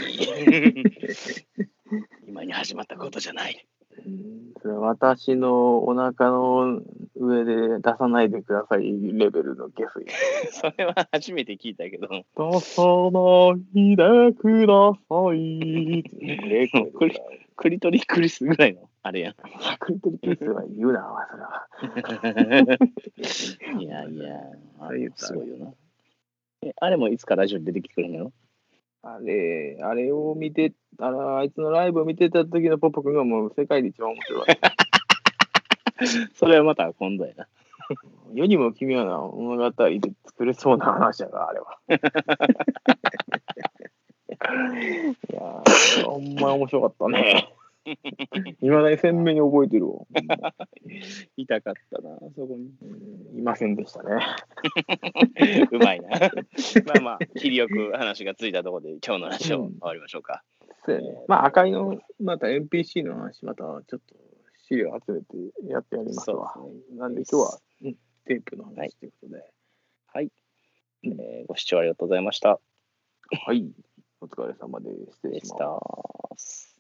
今に始まったことじゃない。 *laughs*
うんそれは私のお腹の上で出さないでくださいレベルの下水。
それは初めて聞いたけど。
出さないでください。レコード
これクリトリクリスぐらいのあれやん。
100リットルキスは言うな、お前それは。
いやいや、あ
れ言った
すごいよな。え、あれもいつかラジオに出てきてくれんのやろ
あれ、あれを見て、あらあいつのライブを見てた時のポッポ君がもう世界で一番面白い。
それはまた今度やな。
世にも奇妙な物語で作れそうな話だから、あれ *laughs* は。いやー、ほんま面白かった *laughs* ね。いまだに鮮明に覚えてるわ。
痛かったな、そこに。
いませんでしたね。
*laughs* うまいな。まあまあ、切りよく話がついたところで、今日のラジオ終わりましょうか。
そうやね。まあ、赤いの、また NPC の話、またちょっと資料集めてやってやりますわ。
そうですね
なんで今日は、うんテープの話ということで。
はい、えーご視聴ありがとうございました。
はい。お疲れ様で失
で
礼
し
します。
た。